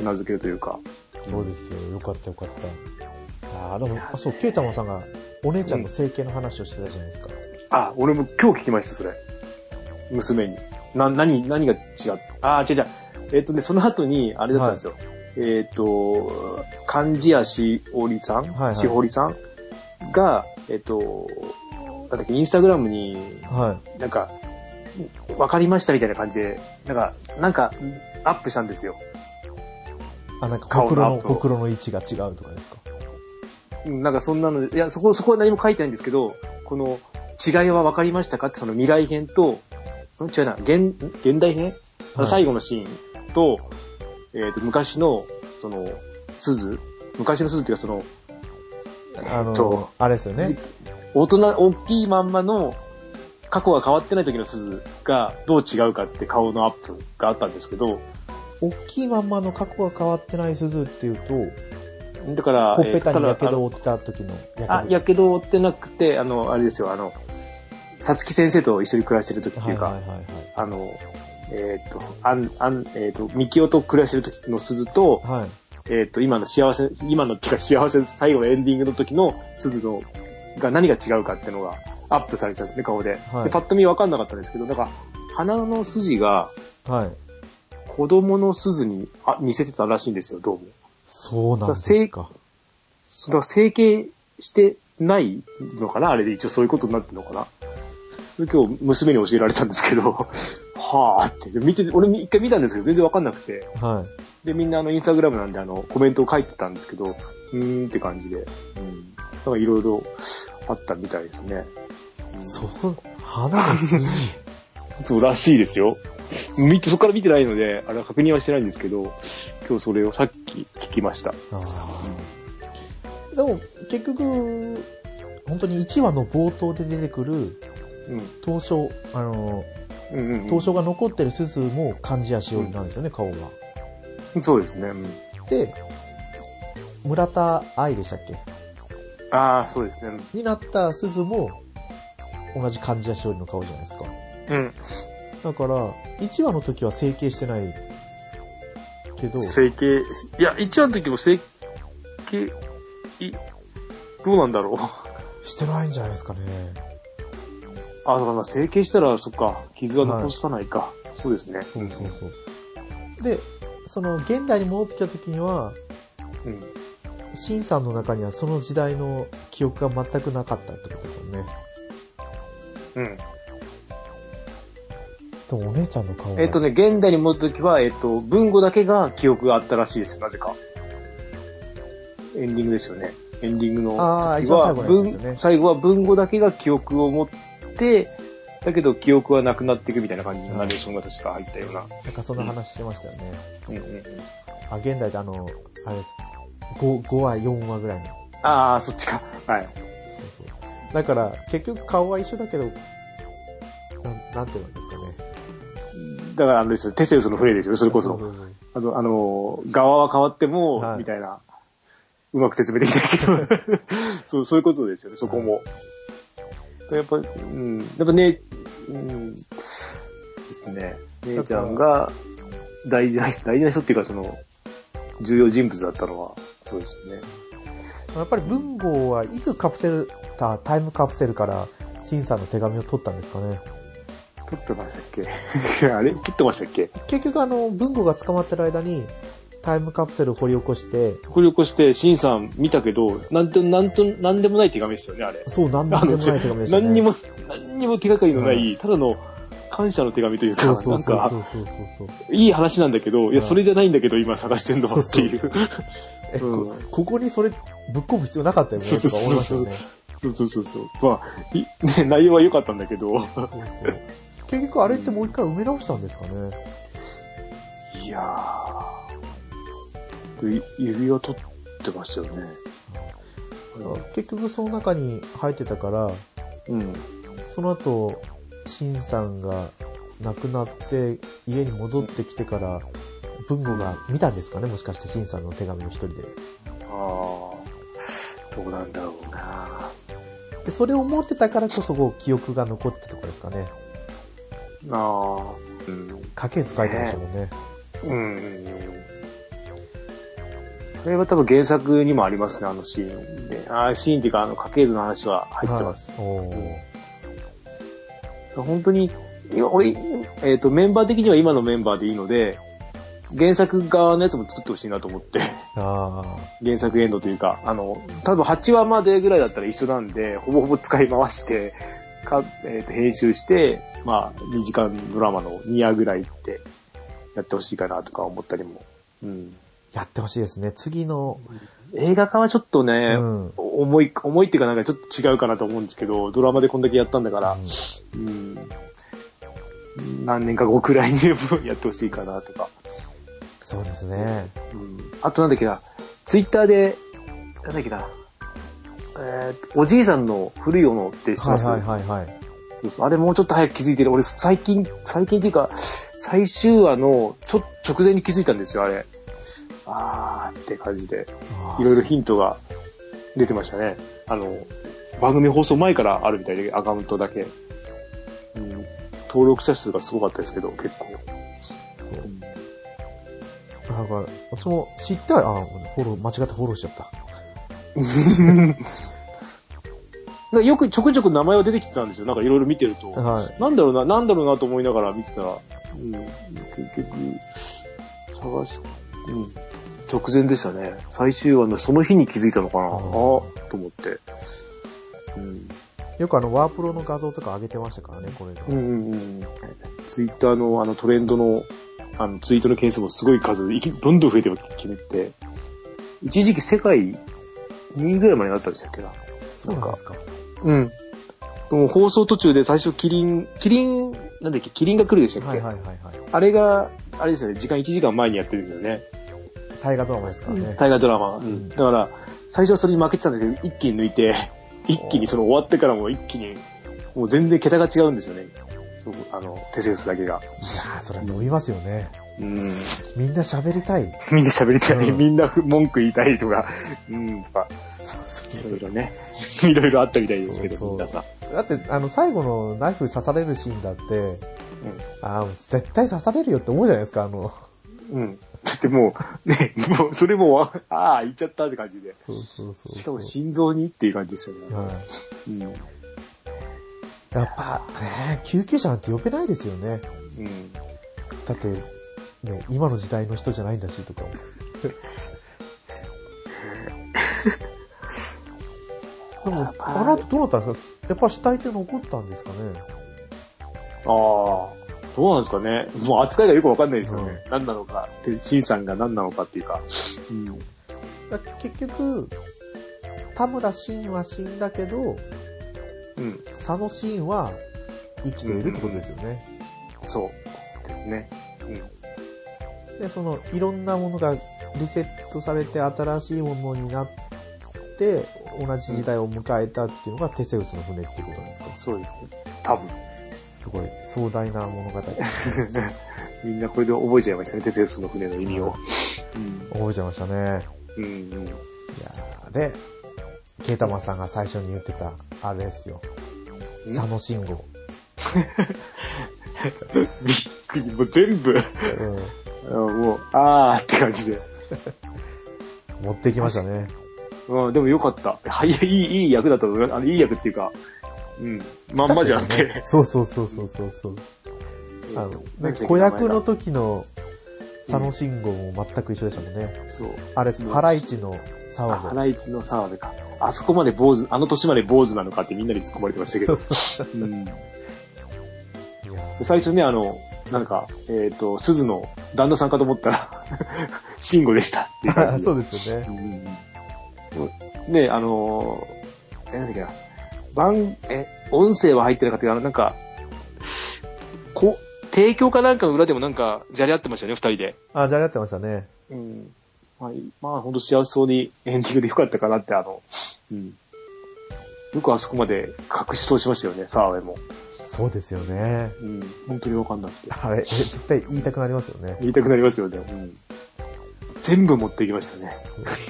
[SPEAKER 2] 名付けるというか。
[SPEAKER 1] そうですよ。よかったよかった。ああ、でも、あ、そう、ケイタマさんが、お姉ちゃんの整形の話をしてたじゃないですか。
[SPEAKER 2] あ、俺も今日聞きました、それ。娘に。な、何、何が違うあ、違う違う。えっ、とね、その後に、あれだったんですよ。えっ、と、漢字やしおりさん、
[SPEAKER 1] はいはい
[SPEAKER 2] しほりさんが、えっ、と、なんだっけ、インスタグラムに、
[SPEAKER 1] は
[SPEAKER 2] なんか、わかりましたみたいな感じで、なんか、なんか、アップしたんですよ。
[SPEAKER 1] い。あ、なんか、ほ
[SPEAKER 2] 顔
[SPEAKER 1] くろ
[SPEAKER 2] の
[SPEAKER 1] の、
[SPEAKER 2] 後
[SPEAKER 1] ほくろの位置が違うとかですか。
[SPEAKER 2] うんなんかそんなので、いや、そこ、そこは何も書いてないんですけど、この、違いは分かりましたかって、その未来編と、ん違うな、現、現代編、
[SPEAKER 1] はい
[SPEAKER 2] 最後のシーンと、えっ、と、昔の、その、鈴昔の鈴っていうか、その、
[SPEAKER 1] あ
[SPEAKER 2] え
[SPEAKER 1] の
[SPEAKER 2] っと、
[SPEAKER 1] あれですよね。
[SPEAKER 2] 大人、大きいまんまの、過去が変わってない時の鈴がどう違うかって顔のアップがあったんですけど、
[SPEAKER 1] 大きいまんまの過去が変わってない鈴っていうと、
[SPEAKER 2] だから、
[SPEAKER 1] ほっぺ
[SPEAKER 2] えー
[SPEAKER 1] た
[SPEAKER 2] た
[SPEAKER 1] に
[SPEAKER 2] だ
[SPEAKER 1] やけどを負った時のや、
[SPEAKER 2] あ
[SPEAKER 1] けど。
[SPEAKER 2] やけどを負ってなくて、あの、あれですよ、あの、さつき先生と一緒に暮らしてる時っていうか、
[SPEAKER 1] はいはいはい
[SPEAKER 2] あの、えっ、と、あん、あん、えっ、と、みきおと暮らしてる時の鈴と、
[SPEAKER 1] はい。はい。
[SPEAKER 2] えっ、と、今の幸せ、今のっていうか幸せ、最後のエンディングの時の鈴の、が何が違うかっていうのがアップされてたんですね、顔で。
[SPEAKER 1] はい
[SPEAKER 2] でパッと見わかんなかったんですけど、なんか、鼻の筋が
[SPEAKER 1] はい。
[SPEAKER 2] 子供の鈴にあ似せてたらしいんですよ、どうも。
[SPEAKER 1] そうなんですか。
[SPEAKER 2] その整形してないのかなあれで一応そういうことになってるのかなそれ今日娘に教えられたんですけど、 はぁって。で見て、俺一回見たんですけど全然わかんなくて。
[SPEAKER 1] は
[SPEAKER 2] で、みんなあのインスタグラムなんであのコメントを書いてたんですけど、うーんって感じで。うん。なんかいろいろあったみたいですね。
[SPEAKER 1] い。そう、花の筋。
[SPEAKER 2] そうらしいですよ。見て、そこから見てないので、あれは確認はしてないんですけど、今日それをさっき聞きました。
[SPEAKER 1] あーでも、結局、本当に1話の冒頭で出てくる、
[SPEAKER 2] うん。
[SPEAKER 1] 当初、あの、
[SPEAKER 2] うんうん、うん。
[SPEAKER 1] 当初が残ってる鈴も漢字やしおりなんですよね、顔が。
[SPEAKER 2] そうですね。うん、
[SPEAKER 1] で、村田愛でしたっけ
[SPEAKER 2] ああ、そうですね。
[SPEAKER 1] になった鈴も、同じ漢字やしおりの顔じゃないですか。
[SPEAKER 2] うん。
[SPEAKER 1] だから、1話の時は整形してないけど、
[SPEAKER 2] 整形、いや、一話の時も整形、い、どうなんだろう。
[SPEAKER 1] してないんじゃないですかね。
[SPEAKER 2] あ、だから整形したら、そっか、傷は残さないか。そうですね。
[SPEAKER 1] そうそうそう。で、その、現代に戻ってきた時には、
[SPEAKER 2] うん。
[SPEAKER 1] シンさんの中にはその時代の記憶が全くなかったってことですよね。
[SPEAKER 2] うん。
[SPEAKER 1] でもお姉ちゃんの顔が
[SPEAKER 2] えっとね、現代に戻った時は、えっと、文語だけが記憶があったらしいですよ、なぜか。エンディングですよね。エンディングの時
[SPEAKER 1] あー一
[SPEAKER 2] は、
[SPEAKER 1] 番最後のやつですよね
[SPEAKER 2] 文最後は文語だけが記憶を持って、だけど記憶はなくなっていくみたいな感じのナレーションが確か入ったような。
[SPEAKER 1] なんかそんな話してましたよね。
[SPEAKER 2] うんうんうん
[SPEAKER 1] あ、現代であの、あれです。5, 5話、4話ぐらいの。
[SPEAKER 2] ああ、そっちか。はい。
[SPEAKER 1] そうそうだから、結局顔は一緒だけど、なんなんていうんですかね。
[SPEAKER 2] だからあれですよ、テセウスのフレーですよ、それこ
[SPEAKER 1] う
[SPEAKER 2] そ。
[SPEAKER 1] うう
[SPEAKER 2] あの、あの、側は変わっても、
[SPEAKER 1] はい
[SPEAKER 2] みたいな、うまく説明できないけ ど、そう、そういうことですよね、そこも。やっぱ、うん、やっぱね、うん、ですね、姉ちゃんが大事な人、大事な人っていうか、その、重要人物だったのは、そうですね。
[SPEAKER 1] やっぱり文豪はいつカプセルタ、タイムカプセルから、シンさんの手紙を取ったんですかね。
[SPEAKER 2] 撮ってましたっけ あれ切ってましたっけ
[SPEAKER 1] 結局あの、文豪が捕まってる間に、タイムカプセルを掘り起こして、
[SPEAKER 2] 掘り起こして、シンさん見たけど、なんと、なんと、なんでもない手紙ですよね、あれ。
[SPEAKER 1] そう、なんでもない手紙でしたね。
[SPEAKER 2] 何にも、何にも手がかりのない、ただの感謝の手紙という
[SPEAKER 1] そ
[SPEAKER 2] か、
[SPEAKER 1] うそ
[SPEAKER 2] な
[SPEAKER 1] うんそう
[SPEAKER 2] か
[SPEAKER 1] そうそうそうそう。
[SPEAKER 2] いい話なんだけど、い
[SPEAKER 1] うん
[SPEAKER 2] や、それじゃないんだけど、今探してんのはっていう。
[SPEAKER 1] え、こ
[SPEAKER 2] うん
[SPEAKER 1] ここにそれぶっ込む必要なかったよね、とか思いますよね。
[SPEAKER 2] そうそうそうそう。まあ、いね、内容は良かったんだけど、
[SPEAKER 1] そうそう結局あれってもう一回埋め直したんですかね。
[SPEAKER 2] いやー、で指輪取ってましたよね。
[SPEAKER 1] 結局その中に入ってたから、
[SPEAKER 2] うん。
[SPEAKER 1] その後、シンさんが亡くなって家に戻ってきてから、文吾が見たんですかねもしかしてシンさんの手紙の一人で。
[SPEAKER 2] あー、どうなんだろうな
[SPEAKER 1] でそれを持ってたからこそこう記憶が残ってたとこですかね。
[SPEAKER 2] あー、うん。
[SPEAKER 1] 家系図書いてましたもんね。
[SPEAKER 2] うん。それは多分原作にもありますね、あのシーンで。あーシーンっていうか、あの、家系図の話は入ってます。
[SPEAKER 1] はい。おー
[SPEAKER 2] 本当に、いや俺、えっ、と、メンバー的には今のメンバーでいいので、原作側のやつも作ってほしいなと思って、
[SPEAKER 1] あ
[SPEAKER 2] 原作エンドというか、あの、多分8話までぐらいだったら一緒なんで、ほぼほぼ使い回して、か、えっ、と、編集して、まあ、2時間ドラマの2話ぐらいって、やってほしいかなとか思ったりも。うん。
[SPEAKER 1] ーやってほしいですね。次の、
[SPEAKER 2] 映画化はちょっとね、
[SPEAKER 1] うん
[SPEAKER 2] 重い、重いっていうかなんかちょっと違うかなと思うんですけど、ドラマでこんだけやったんだから、うん、何年か後くらいにやってほしいかなとか、
[SPEAKER 1] そうですね。
[SPEAKER 2] うん。あとなんだっけな、ツイッターで、なんだっけな、えーおじいさんの古いおのって知って
[SPEAKER 1] は
[SPEAKER 2] ま
[SPEAKER 1] い
[SPEAKER 2] す、
[SPEAKER 1] はいはいはい。
[SPEAKER 2] そうそうあれもうちょっと早く気づいてる。俺最近、最近っていうか、最終話のちょ直前に気づいたんですよ、あれ。あーって感じで。いろいろヒントが出てましたね。あの、番組放送前からあるみたいで、アカウントだけ。うん、登録者数がすごかったですけど、結構。
[SPEAKER 1] ろ。なんか、私も知ったあー、フォロー、間違ってフォローしちゃった。
[SPEAKER 2] なんか よくちょくちょく名前は出てきてたんですよ。なんかいろいろ見てると。
[SPEAKER 1] はい
[SPEAKER 2] なんだろうな、なんだろうなと思いながら見てたら、うん、結局、探し、うん、直前でしたね。最終話のその日に気づいたのかな。あ
[SPEAKER 1] あ
[SPEAKER 2] あ
[SPEAKER 1] ー
[SPEAKER 2] と思って。うん
[SPEAKER 1] よくあの、ワープロの画像とか上げてましたからね、これが。
[SPEAKER 2] うんうんうん。ツイッターのあのトレンドの、あのツイートの件数もすごい数、いきどんどん増えてきめて、一時期世界2位ぐらいまでになったんでしたっけな。
[SPEAKER 1] そうなんですか。
[SPEAKER 2] うん。でも放送途中で最初キリン、キリン、なんだっけ、キリンが来るでしたっけ、
[SPEAKER 1] はいはいはいはい。
[SPEAKER 2] あれが、あれですよね、時間1時間前にやってるんですよね。
[SPEAKER 1] 大河ドラマですからね。
[SPEAKER 2] 大河ドラマ、うんん。だから、最初はそれに負けてたんですけど、一気に抜いて、一気にその終わってからも一気に、もう全然桁が違うんですよね。そうあの、テセウスだけが。
[SPEAKER 1] いやー、それは伸びますよね。
[SPEAKER 2] うん。
[SPEAKER 1] みんな喋りたい。
[SPEAKER 2] みんな喋りたい、
[SPEAKER 1] うん
[SPEAKER 2] みんな文句言いたいとか、うん、とか、いろいろね、 いろいろあったみたいですけ
[SPEAKER 1] そうそ
[SPEAKER 2] ど、
[SPEAKER 1] う
[SPEAKER 2] みんなさ。
[SPEAKER 1] だって、あの、最後のナイフ刺されるシーンだって、あー絶対刺されるよって思うじゃないですか、あの。
[SPEAKER 2] うん。うん。だってもう、ね、もう、そ れもわ、ああ、言っちゃったって感じで。
[SPEAKER 1] そうそうそう。
[SPEAKER 2] しかも心臓にっていう感じでしたね。
[SPEAKER 1] はい。
[SPEAKER 2] うん。うん。
[SPEAKER 1] やっぱ、ね、救急車なんて呼べないですよね。だって、ね、今の時代の人じゃないんだし、と か。でも、あの後どうなったんですかやっぱ死体って残ったんですかね
[SPEAKER 2] ああ、どうなんですかね。もう扱いがよくわかんないですよね。何なのかって、シンさんが何なのかっていうか。うん。
[SPEAKER 1] だから結局、田村ンは死んだけど、
[SPEAKER 2] うん。
[SPEAKER 1] 佐野ンは生きているってことですよね。
[SPEAKER 2] そうですね。うん。
[SPEAKER 1] で、その、いろんなものがリセットされて新しいものになって、同じ時代を迎えたっていうのがテセウスの船っていうことなんですか
[SPEAKER 2] そうですね。多分。
[SPEAKER 1] すごい壮大な物語。
[SPEAKER 2] みんなこれで覚えちゃいましたね、テセウスの船の意味を。
[SPEAKER 1] 覚えちゃいましたね。
[SPEAKER 2] うん。うんう
[SPEAKER 1] い
[SPEAKER 2] ん。
[SPEAKER 1] やーで、ケータマンさんが最初に言ってた、あれですよ。
[SPEAKER 2] ん
[SPEAKER 1] 佐野信号。
[SPEAKER 2] びっくり、もう全部、
[SPEAKER 1] う
[SPEAKER 2] あのもう、あーって感じで。
[SPEAKER 1] ん。持ってきましたね。
[SPEAKER 2] うん、でもよかった。はい、いい、いい役だったと思います。あの、いい役っていうか、うん、まんまじゃんって。
[SPEAKER 1] そうそうそうそうそうそう。あの、ね、子役の、時の佐野信号も全く一緒でしたもんね。
[SPEAKER 2] そう。
[SPEAKER 1] あれです、
[SPEAKER 2] うん
[SPEAKER 1] ハライチの
[SPEAKER 2] あ、
[SPEAKER 1] 沢
[SPEAKER 2] ハ
[SPEAKER 1] で。
[SPEAKER 2] ライチの澤部か。あそこまで坊主、あの年まで坊主なのかってみんなに突っ込まれてましたけど。うん。
[SPEAKER 1] いや
[SPEAKER 2] 最初ね、あの、なんか、えっ、と、鈴の旦那さんかと思ったら、 慎吾でしたっていう感
[SPEAKER 1] あ
[SPEAKER 2] じで。
[SPEAKER 1] そうですよね。
[SPEAKER 2] うんね、あのー、え、なんだっけな、番、え、音声は入ってなかったけど、なんか、こう、提供かなんかの裏でもなんか、じゃれ合ってましたよね、二人で。
[SPEAKER 1] あ、じゃあやってましたね。
[SPEAKER 2] うん。まあ、いまあ、ほんと幸せそうにエンディングでよかったかなって、あの、うん。よくあそこまで隠し通しましたよね、澤部も。
[SPEAKER 1] そうですよね。
[SPEAKER 2] うん。本当にわかんなくて。
[SPEAKER 1] あれ、え絶対言いたくなりますよね。
[SPEAKER 2] 言いたくなりますよね。うん。全部持っていきまし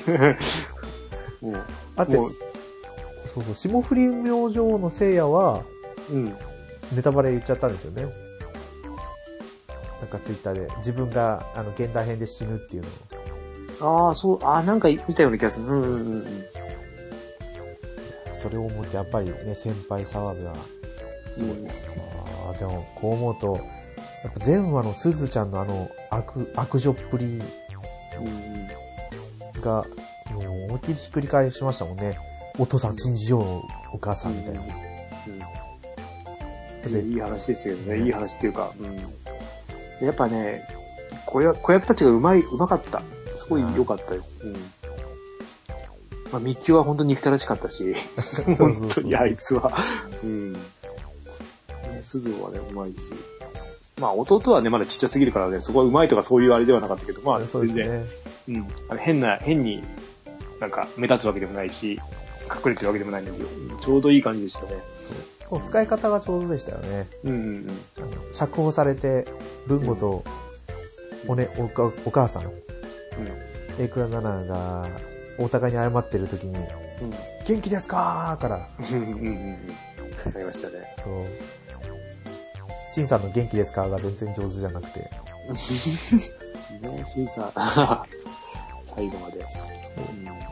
[SPEAKER 2] たね。 もう、
[SPEAKER 1] あって、
[SPEAKER 2] も
[SPEAKER 1] そううそう、霜降り明星の聖夜は、
[SPEAKER 2] うん。
[SPEAKER 1] ネタバレ言っちゃったんですよね。なんかツイッターで、自分が、あの、現代編で死ぬっていうのを。
[SPEAKER 2] ああ、そう、ああ、なんか見たような気がする。うんうんうんうん。
[SPEAKER 1] それを思って、やっぱりね、先輩沢部は、あーでも、こう思うと、やっぱ前話のすずちゃんのあの、悪、悪女っぷり
[SPEAKER 2] うん
[SPEAKER 1] が、もう思いっきりひっくり返しましたもんね。お父さん信じよう、お母さんみたいな。
[SPEAKER 2] うんいい話でしたけどね、いい話っていうか、うん、やっぱね、子役子役たちがうまい、うまかった。すごい良かったです。うんまあ、ミキは本当に憎たらしかっ たし、
[SPEAKER 1] うそうそう
[SPEAKER 2] 本当にあいつは。うん。ね、鈴はね、うまいし。まあ、弟はね、まだちっちゃすぎるからね、そこはうまいとかそういうあれではなかったけど、まあ、
[SPEAKER 1] そうです
[SPEAKER 2] 全然、
[SPEAKER 1] ね。
[SPEAKER 2] うん。あの変な、変になんか目立つわけでもないし、隠れてるわけでもないんだけど、うんちょうどいい感じでしたね。
[SPEAKER 1] そう使い方がちょうどでしたよね。
[SPEAKER 2] うんうんうん。
[SPEAKER 1] あの釈放されて、文吾と、おね、おかお母さん、エイクラナナが、お互いに謝ってる時に、
[SPEAKER 2] うん。
[SPEAKER 1] 元気ですかーから、
[SPEAKER 2] うんうんうんうん。わかりましたね。
[SPEAKER 1] そう。シンさんの元気ですかーが全然上手じゃなくて、
[SPEAKER 2] ね、審査。最後まで。
[SPEAKER 1] ち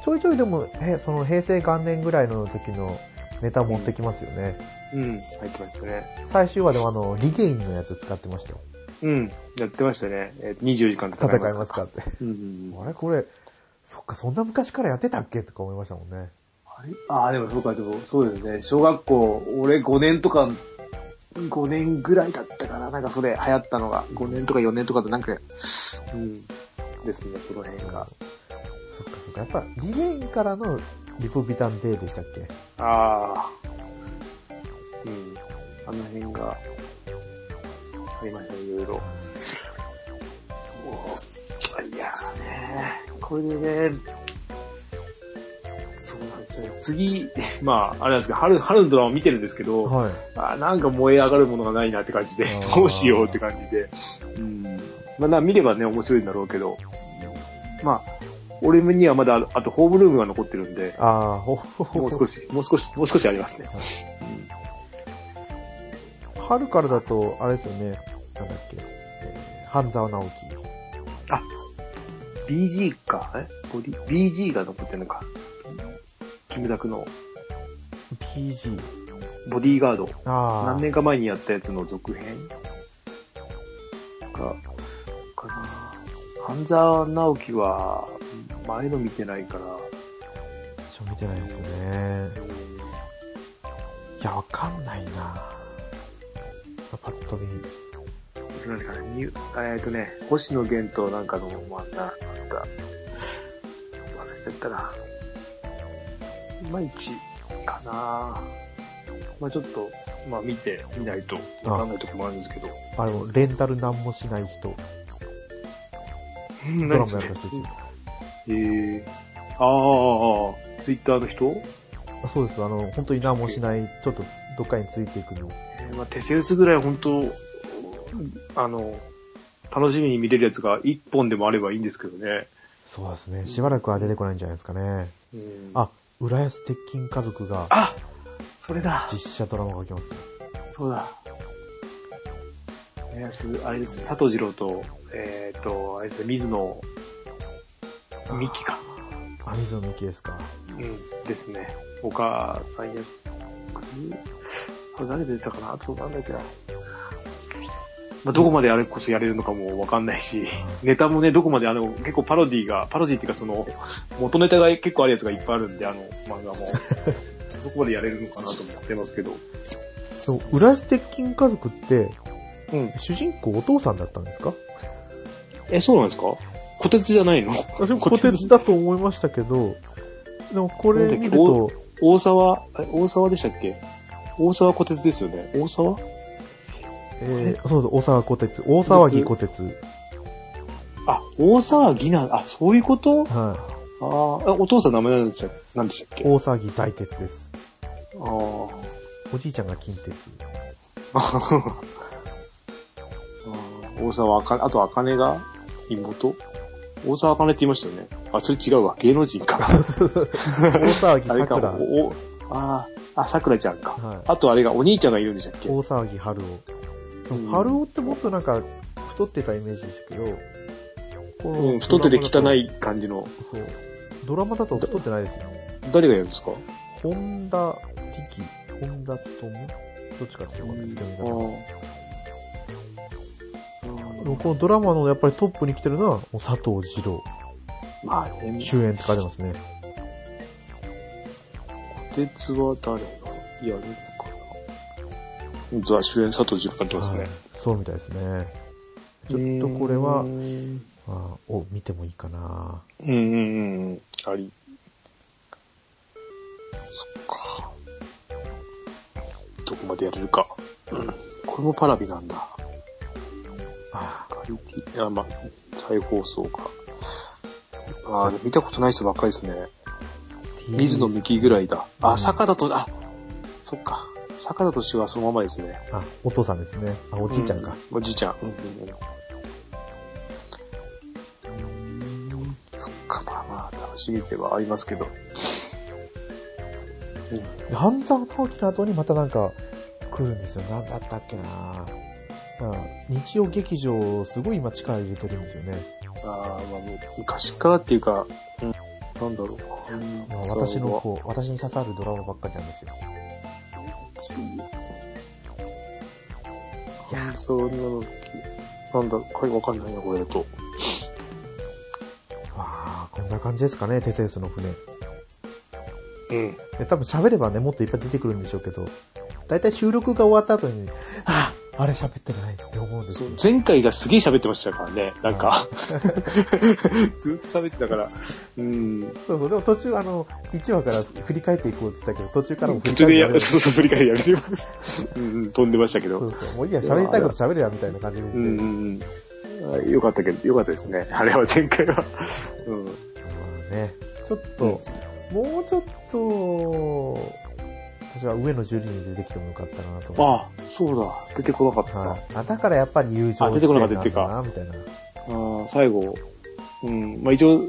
[SPEAKER 1] ょいちょいでも、へその平成元年ぐらいの時のネタ持ってきますよね。
[SPEAKER 2] うん。うん、入ってましたね。
[SPEAKER 1] 最終話でもあの、リゲインのやつ使ってましたよ。
[SPEAKER 2] うん、やってましたね。えー、24時間戦
[SPEAKER 1] 戦
[SPEAKER 2] い
[SPEAKER 1] い
[SPEAKER 2] ま
[SPEAKER 1] ますす
[SPEAKER 2] か。
[SPEAKER 1] かって。
[SPEAKER 2] うんうんう
[SPEAKER 1] あ
[SPEAKER 2] ん。
[SPEAKER 1] れこれ、そっか、そんな昔からやってたっけとか思いましたもんね。
[SPEAKER 2] あれあー、でもそうか、でもそうですね。小学校、俺5年とか、5年ぐらいだったかな、なんかそれ流行ったのが。5年とか4年とかでなんか、うん。ですね、その辺が。
[SPEAKER 1] そっかそっか、やっぱ、リゲインからのリポビタンデーでしたっけ
[SPEAKER 2] ああ。うん。あの辺が、ありましたね、いろいろ。もういやーねこれでね、そうなんですよね。次、 まあ、あれなんですけど、春、春のドラマ見てるんですけど、
[SPEAKER 1] はい。
[SPEAKER 2] あーなんか燃え上がるものがないなって感じで
[SPEAKER 1] あ、ー
[SPEAKER 2] どうしようって感じで。うん。まあな、見ればね、面白いんだろうけど、まあ、俺にはまだ、あとホームルームが残ってるんで、
[SPEAKER 1] ああ、ほほほ
[SPEAKER 2] もう
[SPEAKER 1] ほ。
[SPEAKER 2] 少 し、もう少し、もう少しありますね。
[SPEAKER 1] 春からだと、あれですよね、なんだっけ、えー半沢直樹。
[SPEAKER 2] BG か、えボディ ?BG が残ってるのか。キムタクの
[SPEAKER 1] PG。
[SPEAKER 2] ボディーガード。
[SPEAKER 1] ああ。
[SPEAKER 2] 何年か前にやったやつの続編か、かな。半沢直樹は、前の見てないから、
[SPEAKER 1] ちょ見てないですよね。いや、わかんないなパッと見。
[SPEAKER 2] なんかね、ニュえっ、とね、星野源となんかの、まあ、な、なんか、忘れちゃったな。いまいちかなまあちょっと、まあ見てみないと、わかんないとこもあるんですけど。
[SPEAKER 1] あれも、レンタルなんもしない人。
[SPEAKER 2] ド
[SPEAKER 1] ドラマやった人です。
[SPEAKER 2] えー、あーあー、ツイッターの人、
[SPEAKER 1] あそうです。あの、本当になんもしない、ちょっと、どっかについていくの。
[SPEAKER 2] えーまあテセウスぐらい本当、あの、楽しみに見れるやつが一本でもあればいいんですけどね。
[SPEAKER 1] そうですね。しばらくは出てこないんじゃないですかね。
[SPEAKER 2] うん
[SPEAKER 1] あ、浦安鉄筋家族が、
[SPEAKER 2] あそれだ
[SPEAKER 1] 実写ドラマが来ますよ。
[SPEAKER 2] そうだ。えー、あれです、佐藤二郎と、えっ、と、あれですね、水野美紀か。
[SPEAKER 1] あ、水野美紀ですか。
[SPEAKER 2] うん、ですね。お母さん役あれ誰出てたかなあとなんだっけな。まあ、どこまであれこそやれるのかもわかんないし、ネタもね、どこまであの、結構パロディが、パロディっていうかその、元ネタが結構あるやつがいっぱいあるんで、あの、漫画も。どこまでやれるのかなと思ってますけど。
[SPEAKER 1] そう、浦安鉄筋家族って、
[SPEAKER 2] うん。
[SPEAKER 1] 主人公お父さんだったんですか
[SPEAKER 2] え、そうなんですか虎鉄じゃないの
[SPEAKER 1] 私も虎鉄だと思いましたけど、でもこれ見ると、
[SPEAKER 2] 大沢、え大沢でしたっけ大沢虎鉄ですよね。大沢
[SPEAKER 1] えー、そうそう、大沢虎鉄、大沢義虎鉄。
[SPEAKER 2] あ、大沢義な、あ、そういうこと
[SPEAKER 1] は
[SPEAKER 2] あーあ、お父さん名前なんでしたなんでしたっ
[SPEAKER 1] い。
[SPEAKER 2] けあ
[SPEAKER 1] 大沢義大鉄です。
[SPEAKER 2] ー
[SPEAKER 1] おじいちゃんが近鉄。
[SPEAKER 2] あー。大沢あか、あと、あかねが妹大沢あかねって言いましたよね。あ、それ違うわ。芸能人 か。
[SPEAKER 1] 大沢義
[SPEAKER 2] あれか
[SPEAKER 1] 桜。は
[SPEAKER 2] お、おあーあ、桜ちゃんか。
[SPEAKER 1] い。
[SPEAKER 2] あとあれが、お兄ちゃんがいるんでしたっけ
[SPEAKER 1] 大沢義春
[SPEAKER 2] うん
[SPEAKER 1] 夫。春夫ってもっとなんか、太ってたイメージですけど、この
[SPEAKER 2] うん、太ってて
[SPEAKER 1] ドラマ
[SPEAKER 2] 汚
[SPEAKER 1] だ
[SPEAKER 2] い感じの。
[SPEAKER 1] と。そう。ドラマだと太ってないですよ。
[SPEAKER 2] 誰がやるんですか
[SPEAKER 1] 本田力、本田友どっちかっていうと分かんないですけど、でもこのドラマのやっぱりトップに来てるのは、もう佐藤二郎。
[SPEAKER 2] まあ、ね、
[SPEAKER 1] 主演って書いてますね。
[SPEAKER 2] 鉄は誰がやるのかな。本当は主演佐藤二郎監督です
[SPEAKER 1] は
[SPEAKER 2] ね
[SPEAKER 1] い。そうみたいですね。ちょっとこれ
[SPEAKER 2] う
[SPEAKER 1] は、
[SPEAKER 2] ん
[SPEAKER 1] あーを見てもいいかな。
[SPEAKER 2] うんうんうん。あり。そっか。どこまでやれるか。うんこれもパラビなんだ。
[SPEAKER 1] あ
[SPEAKER 2] カリティ、あ、まあ、再放送か。ああ、見たことない人ばっかりですね。
[SPEAKER 1] ー
[SPEAKER 2] 水野美紀ぐらいだ。あ、
[SPEAKER 1] うん
[SPEAKER 2] 坂田と、あ、そっか。坂田としてはそのままですね。
[SPEAKER 1] あ、お父さんですね。あ、おじいちゃんか。
[SPEAKER 2] う。おじいちゃん。うんうんうん。そっか、まあまあ、楽しみではありますけど。
[SPEAKER 1] で半沢直樹の後にまたなんか来るんですよ。なんだったっけなうん日曜劇場、すごい今力入れてるんですよね。
[SPEAKER 2] ああ、まあもう、昔からっていうか、うん、なんだろう。うん
[SPEAKER 1] まあ私の
[SPEAKER 2] そ
[SPEAKER 1] こう、私に刺さるドラマばっかりなんですよ。
[SPEAKER 2] う半沢直樹。なんだろう、これわかんないな、これだと。
[SPEAKER 1] わあこんな感じですかね、テセウスの船。
[SPEAKER 2] うん。
[SPEAKER 1] で多分喋ればね、もっといっぱい出てくるんでしょうけど、だいたい収録が終わった後に、ああ、あれ喋ってないって思うんです
[SPEAKER 2] そう
[SPEAKER 1] よ。
[SPEAKER 2] 前回がすげえ喋ってましたからね、なんか。 ずっと喋ってたから。うん。
[SPEAKER 1] そうそう、でも途中あの、1話から振り返っていこうって言ったけど、途中からも振
[SPEAKER 2] 途
[SPEAKER 1] り
[SPEAKER 2] 中
[SPEAKER 1] 返って
[SPEAKER 2] でや
[SPEAKER 1] や
[SPEAKER 2] め、
[SPEAKER 1] る。
[SPEAKER 2] そうそう、振り返りやめてます。うんうん、飛んでましたけ
[SPEAKER 1] そ
[SPEAKER 2] ど。
[SPEAKER 1] うそう、もういいや、喋りたいこと喋れや、みたいな感じで。
[SPEAKER 2] うんうんうんあ。よかったけど、よかったですね。あれは前回は。うん。
[SPEAKER 1] まあね、ちょっと、もうちょっと、私は上野樹里に出てきてもよかったなと思っ。
[SPEAKER 2] ああ、そうだ。出てこなかってた。
[SPEAKER 1] はい、あだからやっぱり友情
[SPEAKER 2] あ出てこなかった
[SPEAKER 1] 出な、みたいな。
[SPEAKER 2] ああ、最後、うん、まあ一応、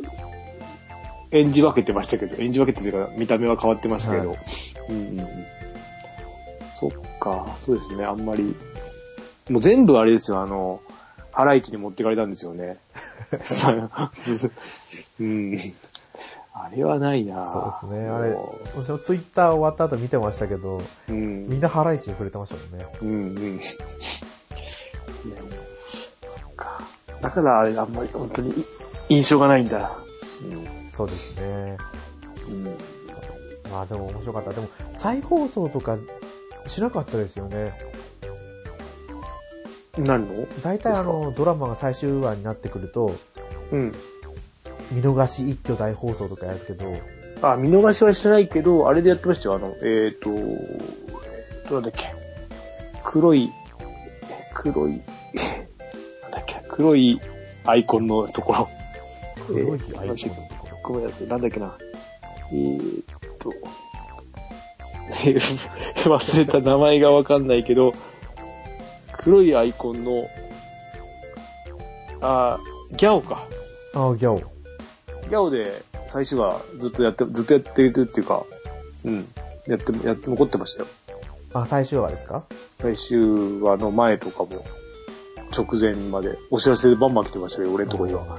[SPEAKER 2] 演じ分けてましたけど、演じ分けてというか、見た目は変わってましたけど、
[SPEAKER 1] は
[SPEAKER 2] うんうんうん。そっか、そうですね、あんまり、もう全部あれですよ、あの、腹市に持ってかれたんですよね。 さうん。あれはないな
[SPEAKER 1] そうですね、あれ、
[SPEAKER 2] も
[SPEAKER 1] 私もツイッター終わった後見てましたけど、
[SPEAKER 2] ううん。
[SPEAKER 1] みんなハライチに触れてましたもんね。
[SPEAKER 2] うんうん。ねそっか。だからあれ、あんまり本当に印象がないんだ。
[SPEAKER 1] そうですね。
[SPEAKER 2] うん。
[SPEAKER 1] まあでも面白かった。でも、再放送とかしなかったですよね。
[SPEAKER 2] 何の
[SPEAKER 1] 大体あの、ドラマが最終話になってくると、
[SPEAKER 2] うん。
[SPEAKER 1] 見逃し一挙大放送とかやるけど、
[SPEAKER 2] あ、見逃しはしてないけど、あれでやってましたよ。あの、えっ、と、えーと、なんだっけ。黒い、黒い、 なんだっけ、黒いアイコンのところ。
[SPEAKER 1] 黒いアイコンのところ。
[SPEAKER 2] ごめんなさい、なんだっけな。えーっと、 忘れた名前がわかんないけど、黒いアイコンの、あー、ギャオか。
[SPEAKER 1] ああ、ギャオ。
[SPEAKER 2] ギャオで最初はずっとやって、ずっとやってるっていうか、うん、やって、やって、残ってましたよ。
[SPEAKER 1] あ、最終話ですか
[SPEAKER 2] 最終話の前とかも、直前まで、お知らせでバンバン来てましたけど、俺のとこには。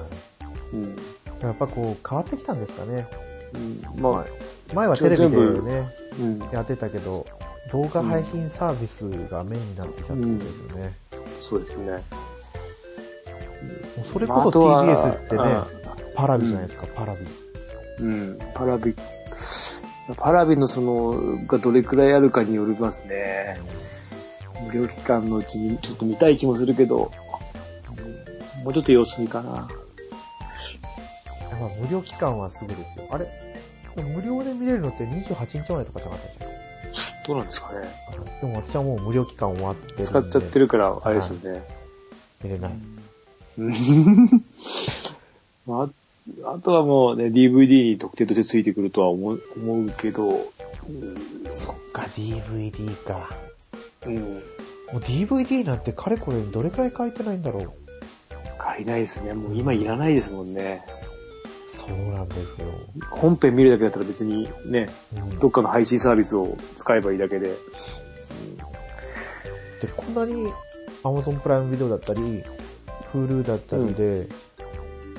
[SPEAKER 2] うん。
[SPEAKER 1] やっぱこう、変わってきたんですかね。
[SPEAKER 2] うん、まあ、
[SPEAKER 1] 前はテレビで
[SPEAKER 2] 全部
[SPEAKER 1] ね、
[SPEAKER 2] うん。
[SPEAKER 1] やってたけど、動画配信サービスがメインになってきたってことですよね。
[SPEAKER 2] そうですね。
[SPEAKER 1] もうそれ
[SPEAKER 2] まあ
[SPEAKER 1] こ
[SPEAKER 2] あ
[SPEAKER 1] そ
[SPEAKER 2] とは
[SPEAKER 1] TBS ってね、
[SPEAKER 2] あ
[SPEAKER 1] パラビじゃないですか、パラビ。
[SPEAKER 2] うん、パラビ、パラビのその、がどれくらいあるかによりますね。う無料期間のうちにちょっと見たい気もするけど、うんもうちょっと様子見かな。
[SPEAKER 1] まあ、無料期間はすぐですよ。あれでも無料で見れるのって28日までとかじゃなかったでし
[SPEAKER 2] どうなんですかね。
[SPEAKER 1] ょでも私はもう無料期間終わってるんで。
[SPEAKER 2] 使っちゃって
[SPEAKER 1] る。
[SPEAKER 2] るから、あれですよね。
[SPEAKER 1] 見れない。
[SPEAKER 2] うん まあ、 あとはもうね、DVD に特定としてついてくるとは思う思うけど、
[SPEAKER 1] そっか、DVD か。
[SPEAKER 2] うん、
[SPEAKER 1] もう DVD なんてかれこれどれくらい書いてないんだろう。
[SPEAKER 2] 借りないですね。もう今いらないですもんね。
[SPEAKER 1] そうなんですよ。
[SPEAKER 2] 本編見るだけだったら別にね、
[SPEAKER 1] うん
[SPEAKER 2] どっかの配信サービスを使えばいいだけで。
[SPEAKER 1] で、こんなに Amazon プライムビデオだったり、Hulu だったりで、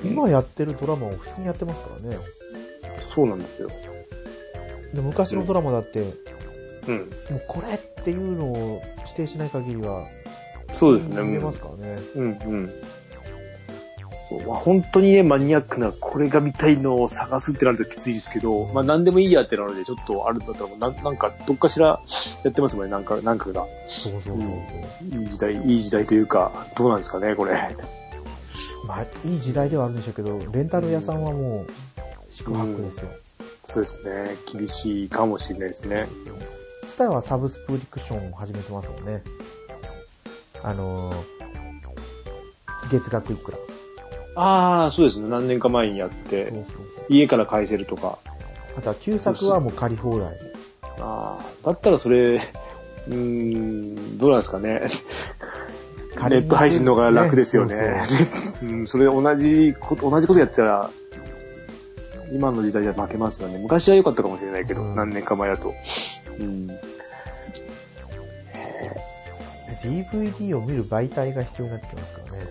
[SPEAKER 1] 今やってるドラマを普通にやってますからね。
[SPEAKER 2] そうなんですよ。
[SPEAKER 1] で、昔のドラマだって、
[SPEAKER 2] うん。
[SPEAKER 1] もうこれっていうのを指定しない限りは、
[SPEAKER 2] そうですね。
[SPEAKER 1] 見れますからね。
[SPEAKER 2] うん、うん。そうまあ、本当にね、マニアックな、これが見たいのを探すってなるときついですけど、まあ何でもいいやってなので、ちょっとあるんだったらもうな、なんか、どっかしらやってますもんね、なんか、なんかが。
[SPEAKER 1] そうそうそう
[SPEAKER 2] う
[SPEAKER 1] そう。
[SPEAKER 2] いい時代、いい時代というか、どうなんですかね、これ。
[SPEAKER 1] まあ、いい時代ではあるんでしょうけど、レンタル屋さんはもう、宿泊ですよ。
[SPEAKER 2] そうですね。厳しいかもしれないですね。
[SPEAKER 1] スタイはサブスプリクションを始めてますもんね。あのー、月額いくら。
[SPEAKER 2] ああ、そうですね。何年か前にやっ
[SPEAKER 1] そう
[SPEAKER 2] て、
[SPEAKER 1] そうそう。
[SPEAKER 2] 家から返せるとか。
[SPEAKER 1] あとは旧作はもう借り放題。
[SPEAKER 2] ああ、だったらそれ、うーん、どうなんですかね。ネット配信の方が楽ですよね。
[SPEAKER 1] ね
[SPEAKER 2] うん、それ同じこと、同じことやってたら、今の時代じゃ負けますよね。昔は良かったかもしれないけど、
[SPEAKER 1] うん
[SPEAKER 2] 何年か前だと。うん。
[SPEAKER 1] DVD を見る媒体が必要になってきますからね。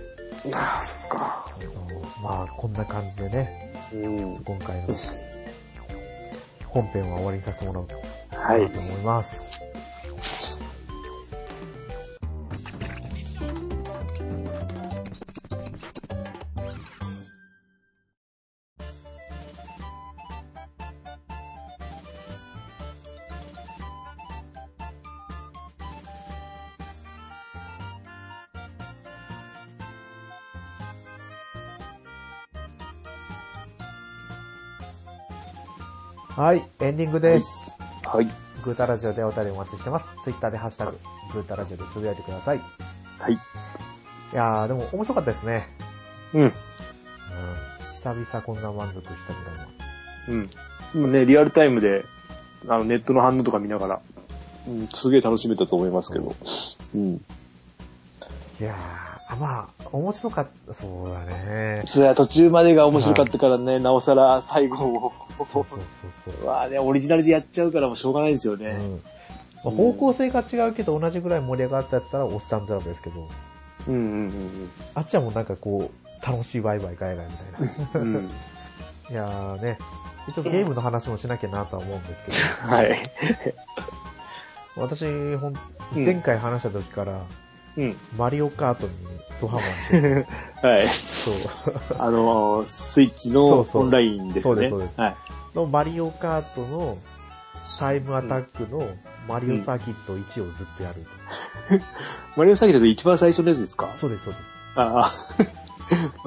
[SPEAKER 2] ああ、そっか。
[SPEAKER 1] あのまあ、こんな感じでね、
[SPEAKER 2] うん。
[SPEAKER 1] 今 回の本編は終わりにさせてもらおうと思
[SPEAKER 2] はい。
[SPEAKER 1] います。はい、エンディングです。
[SPEAKER 2] はい。
[SPEAKER 1] グータラジオでお便りお待ちしてます。ツイッターでハッシュタグ、グータラジオでつぶやいてください。い
[SPEAKER 2] はい。
[SPEAKER 1] やー、でも面白かったですね。
[SPEAKER 2] うん。
[SPEAKER 1] うん。久々こんな満足したぐらいの。
[SPEAKER 2] うん。でもね、リアルタイムで、あの、ネットの反応とか見ながら、うん、すげえ楽しめたと思いますけど。うん。
[SPEAKER 1] いやー、あまあ、面白かった、そうだね。
[SPEAKER 2] それは途中までが面白かったからね、なおさら最後を。
[SPEAKER 1] そうそうそう そう。
[SPEAKER 2] まあね、オリジナルでやっちゃうからもうしょうがないですよ
[SPEAKER 1] う
[SPEAKER 2] ね。
[SPEAKER 1] んまあ方向性が違うけど同じぐらい盛り上がったやつたらおっさんずラブですけど、
[SPEAKER 2] うんうん
[SPEAKER 1] あっちはもうなんかこう、楽しいワイワイガヤガヤみたい な。
[SPEAKER 2] うんうん。うん、
[SPEAKER 1] いやーね、一応ゲームの話もしなきゃなとは思うんですけ
[SPEAKER 2] はい。
[SPEAKER 1] ど、私、ほん、
[SPEAKER 2] うん
[SPEAKER 1] 前回話した時から、
[SPEAKER 2] うん。
[SPEAKER 1] マリオカートにドハマりしてる、
[SPEAKER 2] は い。
[SPEAKER 1] そう。
[SPEAKER 2] あのー、スイッチ
[SPEAKER 1] そ
[SPEAKER 2] の
[SPEAKER 1] うそう
[SPEAKER 2] オンラインです
[SPEAKER 1] そ
[SPEAKER 2] ね。
[SPEAKER 1] うですそうです
[SPEAKER 2] はい。
[SPEAKER 1] のマリオカートのタイムアタックのマリオサーキット1をずっとやる。
[SPEAKER 2] マリオサーキットで一番最初のやつですか
[SPEAKER 1] そうです、そうです。
[SPEAKER 2] あ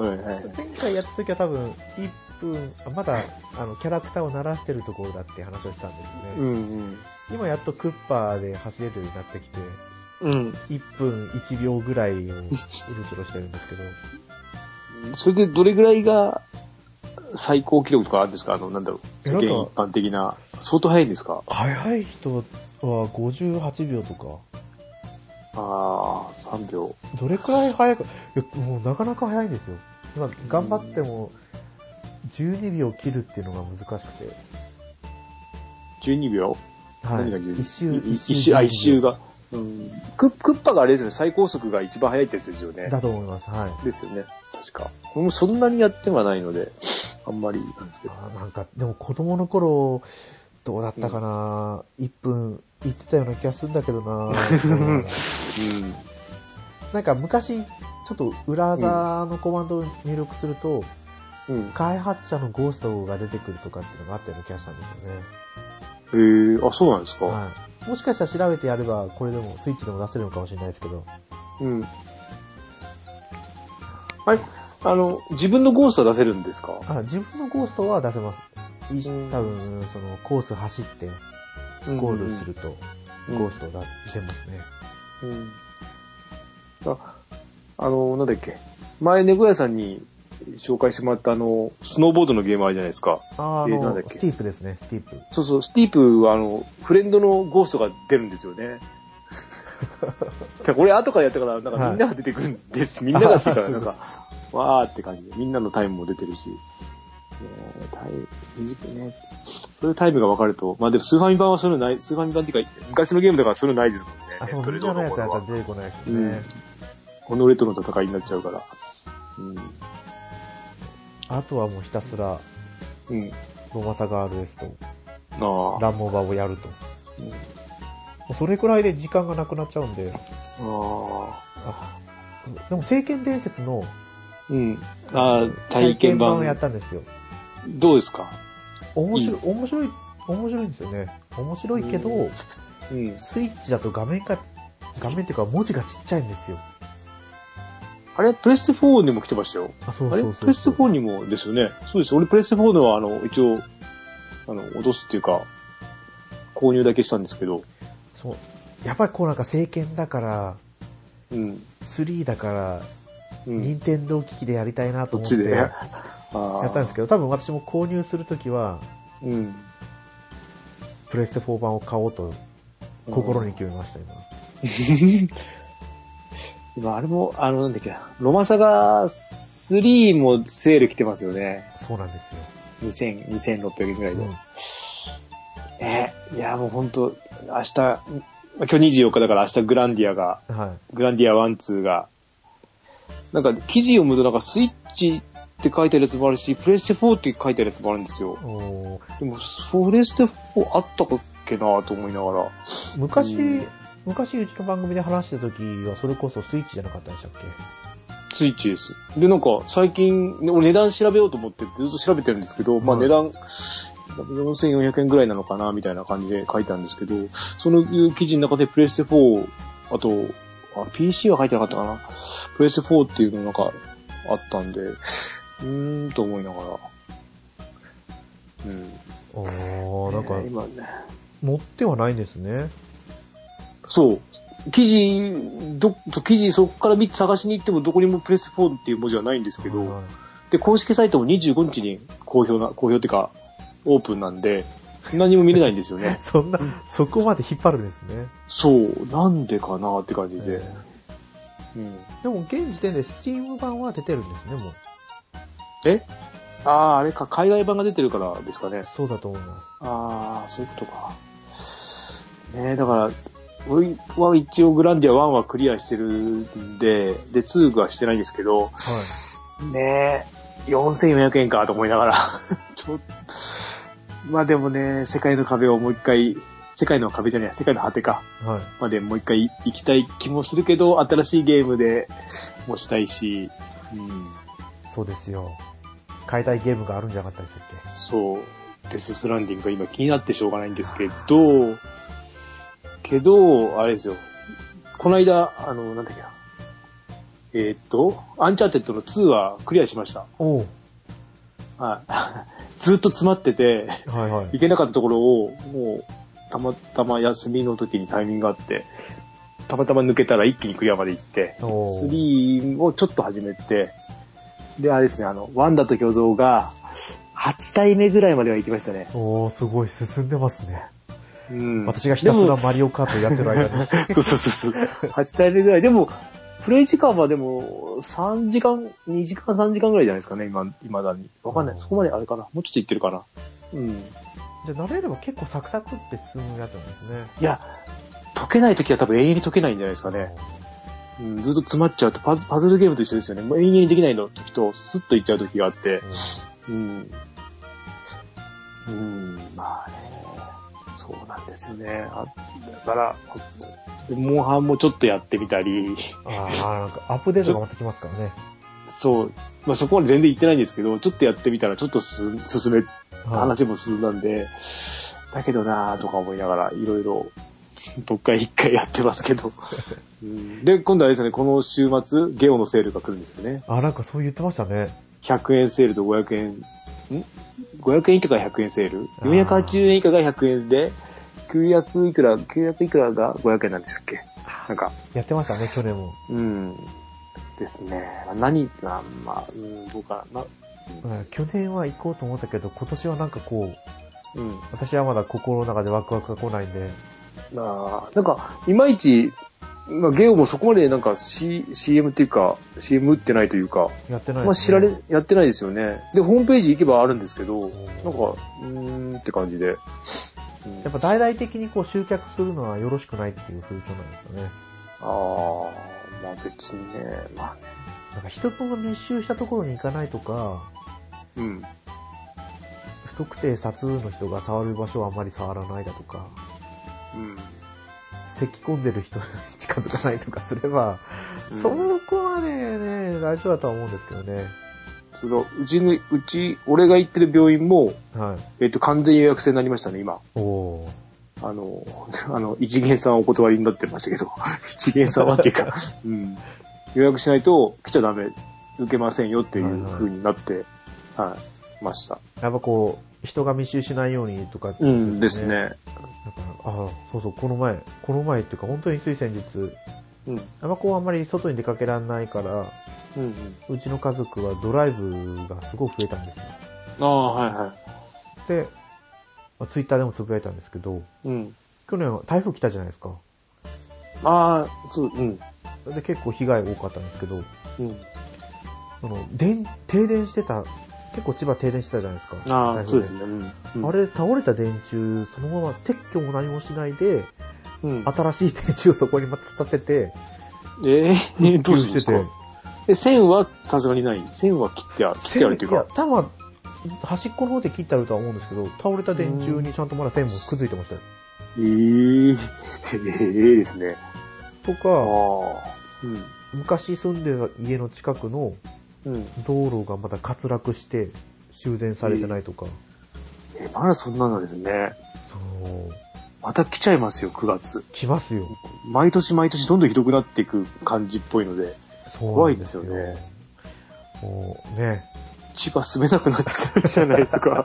[SPEAKER 2] あ。はいはい。
[SPEAKER 1] 前回やった時は多分1分、あまだあのキャラクターを慣らしてるところだって話をしたんですよね。
[SPEAKER 2] うんうん。
[SPEAKER 1] 今やっとクッパーで走れるようになってきて、
[SPEAKER 2] うん。
[SPEAKER 1] 1分1秒ぐらいをうろちょろしてるんですけど、
[SPEAKER 2] それでどれぐらいが最高記録とかあるんですかあの、なんだろう。世
[SPEAKER 1] なんか
[SPEAKER 2] 間一般的な。相当早いんですか
[SPEAKER 1] 早い人は58秒とか、
[SPEAKER 2] ああ、3秒。
[SPEAKER 1] どれくらい早く、いやもうなかなか早いんですよ。今頑張っても12秒切るっていうのが難しくて、
[SPEAKER 2] 12秒
[SPEAKER 1] はい
[SPEAKER 2] 何が12秒
[SPEAKER 1] 一周、
[SPEAKER 2] い一周、あ、一周
[SPEAKER 1] が。
[SPEAKER 2] が。うん。ククッパがあれですよね。最高速が一番早いってやつですよね。
[SPEAKER 1] だと思います、はい。
[SPEAKER 2] ですよね。確か。もうそんなにやってはないので、あんまりなんですけど。
[SPEAKER 1] あーなんか、でも子供の頃、どうだったかな、1分言ってたような気がするんだけど ななんか昔、ちょっと裏技のコマンドを入力すると、
[SPEAKER 2] うん。うん。
[SPEAKER 1] 開発者のゴーストが出てくるとかっていうのがあったような気がしたんですよね。
[SPEAKER 2] へえあ、そうなんですか。
[SPEAKER 1] はい。もしかしたら調べてやれば、これでも、スイッチでも出せるのかもしれないですけど。
[SPEAKER 2] うん。あれ、あの、自分のゴーストは出せるんですか
[SPEAKER 1] あ、自分のゴーストは出せます。い
[SPEAKER 2] うん
[SPEAKER 1] 多分、その、コース走って、ゴールすると、
[SPEAKER 2] うん
[SPEAKER 1] ゴーストが出ますね。
[SPEAKER 2] うん。あ、あの、なんだっけ。前、猫屋さんに紹介してもらったあの、スノーボードのゲームあるじゃないですか。
[SPEAKER 1] あーあ
[SPEAKER 2] えーなんだっ
[SPEAKER 1] の、
[SPEAKER 2] け
[SPEAKER 1] スティープですね、スティープ。
[SPEAKER 2] そうそう、スティープはあの、フレンドのゴーストが出るんです よね。これ後からやったから、なんかみんなが出てくるんです。みんながってい うから、なんか、わーって感じで、みんなのタイムも出てるし。ねえタイム、短いね。それでタイムが分かると、まあでもスーファミ版はそういうのない、スーファミ版っていうか、昔のゲームだからそういうのないですもんね。
[SPEAKER 1] あ、その、
[SPEAKER 2] レ
[SPEAKER 1] 忍
[SPEAKER 2] ッドレ
[SPEAKER 1] 者の
[SPEAKER 2] ドの
[SPEAKER 1] やつはやっ
[SPEAKER 2] 頃は
[SPEAKER 1] ぱ出てこないですよね。
[SPEAKER 2] このレとの戦いになっちゃうから。
[SPEAKER 1] あとはもうひたすら、
[SPEAKER 2] うん。うん。
[SPEAKER 1] ロマサガールエスと、
[SPEAKER 2] ああ。
[SPEAKER 1] ランモバをやると。も
[SPEAKER 2] うん
[SPEAKER 1] うそれくらいで時間がなくなっちゃうんで、
[SPEAKER 2] あ
[SPEAKER 1] あでも、聖剣伝説の
[SPEAKER 2] あ。うん。ああ、体験版。
[SPEAKER 1] をやったんですよ。
[SPEAKER 2] どうですか
[SPEAKER 1] 面白
[SPEAKER 2] い
[SPEAKER 1] い、面白い、面白いんですよね。面白いけど、
[SPEAKER 2] うんうん。
[SPEAKER 1] スイッチだと画面が、画面っていうか文字がちっちゃいんですよ。
[SPEAKER 2] あれ、プレステ4にも来てましたよ。
[SPEAKER 1] あ、そう
[SPEAKER 2] あ
[SPEAKER 1] そう
[SPEAKER 2] れ
[SPEAKER 1] そう
[SPEAKER 2] プレステ4にもですよね。そうです。俺プレステ4のは、あの、一応、あの、落とすっていうか、購入だけしたんですけど、
[SPEAKER 1] そう。やっぱりこうなんか聖剣だから、
[SPEAKER 2] うん。
[SPEAKER 1] 3だから、
[SPEAKER 2] うん。
[SPEAKER 1] 任天堂機器でやりたいなと
[SPEAKER 2] こ
[SPEAKER 1] 思
[SPEAKER 2] っ
[SPEAKER 1] って
[SPEAKER 2] ちで。
[SPEAKER 1] や
[SPEAKER 2] や
[SPEAKER 1] ったんです
[SPEAKER 2] け
[SPEAKER 1] けど、多分私も購入するときは、
[SPEAKER 2] ど。うん。
[SPEAKER 1] プレステ4版を買おうと心に決めました、今。
[SPEAKER 2] 今、あれも、あの、なんだっけな、ロマサガ3もセール来てますよね。
[SPEAKER 1] そうなんですよ。
[SPEAKER 2] 2000、2600円ぐらいで。
[SPEAKER 1] うん
[SPEAKER 2] えーいや、もう本当明日、まあ今日24日だから明日グランディアが、
[SPEAKER 1] はい。
[SPEAKER 2] グランディア1、2が、なんか記事読むとなんかスイッチって書いてあるやつもあるし、プレステ4って書いてあるやつもあるんですよ。
[SPEAKER 1] おー
[SPEAKER 2] でも、プレステ4あったかっけなと思いながら。
[SPEAKER 1] 昔、
[SPEAKER 2] うん
[SPEAKER 1] 昔うちの番組で話してた時はそれこそスイッチじゃなかったんでしたっけ
[SPEAKER 2] スイッチです。で、なんか、最近、ね俺値段調べようと思ってずっと調べてるんですけど、まあ
[SPEAKER 1] はい
[SPEAKER 2] 値段、4400円ぐらいなのかな、みたいな感じで書いたんですけど、その記事の中でプレステ4、あと、あ PC は書いてなかったかな。プレステ4っていうのなんかあったんで、うーんと思いながら。うん。
[SPEAKER 1] おー、なんか
[SPEAKER 2] えー、今ね。
[SPEAKER 1] 持ってはないんですね。
[SPEAKER 2] そう。記事、ど、記事そこから見て探しに行ってもどこにもプレステ4っていう文字はないんですけど、
[SPEAKER 1] はい。
[SPEAKER 2] で、公式サイトも25日に公表な、公表っていうか、オープンなんで、何も見れないんですよ ね
[SPEAKER 1] そんな
[SPEAKER 2] うん、
[SPEAKER 1] そこまで引っ張るんですね。
[SPEAKER 2] そう、なんでかなって感じで。
[SPEAKER 1] え
[SPEAKER 2] うん、
[SPEAKER 1] ーでも現時点で Steam 版は出てるんですね、もう。
[SPEAKER 2] えああ、あれか、海外版が出てるからですかね。
[SPEAKER 1] そうだと思います。
[SPEAKER 2] ああ、そういうことか。ねえ、だから、俺は一応グランディア1はクリアしてるんで、で、2はしてないんですけど、
[SPEAKER 1] は
[SPEAKER 2] ねえ、4400円かと思いながら。ちょっとまあでもね、世界の壁をもう一回、世界の壁じゃない、世界の果てか。
[SPEAKER 1] い。はい。
[SPEAKER 2] までもう一回行きたい気もするけど、新しいゲームでもしたいし、うん、
[SPEAKER 1] そうですよ。買いたいゲームがあるんじゃなかったでしたっけ
[SPEAKER 2] そう、デスストランディングが今気になってしょうがないんですけど、けど、あれですよ、この間、あの、なんだっけな、えーっと、アンチャーテッドの2はクリアしました。
[SPEAKER 1] おう
[SPEAKER 2] はい。 ずっと詰まってて、
[SPEAKER 1] はいは
[SPEAKER 2] 行
[SPEAKER 1] い。
[SPEAKER 2] けなかったところを、もう、たまたま休みの時にタイミングがあって、たまたま抜けたら一気にクリアまで行って、
[SPEAKER 1] おー
[SPEAKER 2] 3をちょっと始めて、で、あれですね、あの、ワンダと巨像が、8体目ぐらいまでは行きましたね。
[SPEAKER 1] おー、すごい進んでますね。
[SPEAKER 2] うん。
[SPEAKER 1] 私がひたす
[SPEAKER 2] で
[SPEAKER 1] ら
[SPEAKER 2] も
[SPEAKER 1] マリオカートやってる間 に。
[SPEAKER 2] そうそうそうそう。8体目ぐらい。でも、プレイ時間はでも、3時間、2時間、3時間ぐらいじゃないですかね、今、未だに。わかんな
[SPEAKER 1] う
[SPEAKER 2] い。
[SPEAKER 1] ん
[SPEAKER 2] そこまであれかな。もうちょっと行ってるかな。うん。
[SPEAKER 1] じゃあ慣れれば結構サクサクって進むやつなんですね。
[SPEAKER 2] いや、解けない時は多分永遠に解けないんじゃないですかね。うん、ずっと詰まっちゃうとパズ、パズルゲームと一緒ですよね。もう永遠にできないの時と、スッといっちゃう時があって
[SPEAKER 1] う。ん。
[SPEAKER 2] うん。うん、まあね。そうなんですよね。あだから、モンハンもちょっとやってみたり、
[SPEAKER 1] ああ、なんかアップデートがまた来ますからね。
[SPEAKER 2] そう、まあそこまで全然行ってないんですけど、ちょっとやってみたらちょっとす進め、
[SPEAKER 1] はい
[SPEAKER 2] 話も進んだんで、だけどなぁとか思いながら、いろいろ僕回一回やってますけ ど。うんで、今度あれですよね、この週末、ゲオのセールが来るんですよね。
[SPEAKER 1] あ、なんかそう言ってましたね。
[SPEAKER 2] 100円セールと500円、ん ?500 円以下が100円セール ?480 円以下が100円で、900いくら、900いくらが500円なんでしたっけなんか、
[SPEAKER 1] やってましたね、去年も。
[SPEAKER 2] うん。ですね。何が、まあ、うん、どうかな。
[SPEAKER 1] うん去年は行こうと思ったけど、今年はなんかこう、
[SPEAKER 2] うん。
[SPEAKER 1] 私はまだ心の中でワクワクが来ないんで、
[SPEAKER 2] まあ、なんか、いまいち、まあ、ゲオもそこまでなんか、C、CM っていうか、CM 打ってないというか、
[SPEAKER 1] やってない
[SPEAKER 2] まあ、
[SPEAKER 1] です
[SPEAKER 2] 知
[SPEAKER 1] ね
[SPEAKER 2] られ、やってないですよね。で、ホームページ行けばあるんですけど、なんか、うーんって感じで。うん
[SPEAKER 1] やっぱ大々的にこう集客するのはよろしくないっていう風潮なんですよね。
[SPEAKER 2] ああ、まあ別にね、まあ、
[SPEAKER 1] なんか人が密集したところに行かないとか、
[SPEAKER 2] うん。
[SPEAKER 1] 不特定多数の人が触る場所はあまり触らないだとか、
[SPEAKER 2] うん。
[SPEAKER 1] 咳き込んでる人 に近づかないとかすれば、
[SPEAKER 2] うん
[SPEAKER 1] そこまでね、大丈夫だとは思うんですけどね。
[SPEAKER 2] そのうちの、うち、俺が行ってる病院も、
[SPEAKER 1] はい。
[SPEAKER 2] えっと、完全予約制になりましたね、今。
[SPEAKER 1] おー。
[SPEAKER 2] あの、 あの、一元さんはお断りになってましたけど、 一元さんはっていう か、うん、予約しないと来ちゃダメ、受けませんよっていう風になって、はい、ました。
[SPEAKER 1] やっぱこう、人が密集しないようにとかって
[SPEAKER 2] う
[SPEAKER 1] いうん
[SPEAKER 2] ですね。
[SPEAKER 1] だから、ああ、そうそう、この前、この前っていうか、本当につい先日、
[SPEAKER 2] うん、
[SPEAKER 1] あんまこうあんまり外に出かけられないから、
[SPEAKER 2] うん。
[SPEAKER 1] うちの家族はドライブがすごく増えたんですよ。
[SPEAKER 2] ああ、はいは
[SPEAKER 1] で、まあツイッターでもつぶやいたんですけど、
[SPEAKER 2] い。うん。
[SPEAKER 1] 去年は台風来たじゃないですか。
[SPEAKER 2] ああ、そう、うん、
[SPEAKER 1] で、結構被害多かったんですけど、
[SPEAKER 2] うん。
[SPEAKER 1] その、電、停電してた、結構千葉停電してたじゃないですか。
[SPEAKER 2] あ
[SPEAKER 1] 台
[SPEAKER 2] あ、そ
[SPEAKER 1] 風
[SPEAKER 2] うですね。うん。うん
[SPEAKER 1] あれ、倒れた電柱、そのまま撤去も何もしないで、
[SPEAKER 2] うん。
[SPEAKER 1] 新しい電柱をそこにまた立てて、
[SPEAKER 2] えー、どうするんです
[SPEAKER 1] 復旧
[SPEAKER 2] かえ、線はさすがにない。線は切ってある、切ってあるという
[SPEAKER 1] いや
[SPEAKER 2] か。、
[SPEAKER 1] 多分、端っこの方で切ってあるとは思うんですけど、倒れた電柱にちゃんとまだ線もくっついてましたよ。
[SPEAKER 2] えー、 ええですね。
[SPEAKER 1] と
[SPEAKER 2] ああ
[SPEAKER 1] か、、
[SPEAKER 2] うん。
[SPEAKER 1] 昔住んでた家の近くの
[SPEAKER 2] うん。
[SPEAKER 1] 道路がまだ滑落して修繕されてないとか、
[SPEAKER 2] え、まだそんなのですね。
[SPEAKER 1] そう、
[SPEAKER 2] また来ちゃいますよ、9月。
[SPEAKER 1] 来ますよ。
[SPEAKER 2] 毎年毎年どんどんひどくなっていく感じっぽいので、
[SPEAKER 1] そうなん
[SPEAKER 2] 怖いですよね。
[SPEAKER 1] もうね、
[SPEAKER 2] 千葉住めなくなっちゃうじゃないです か。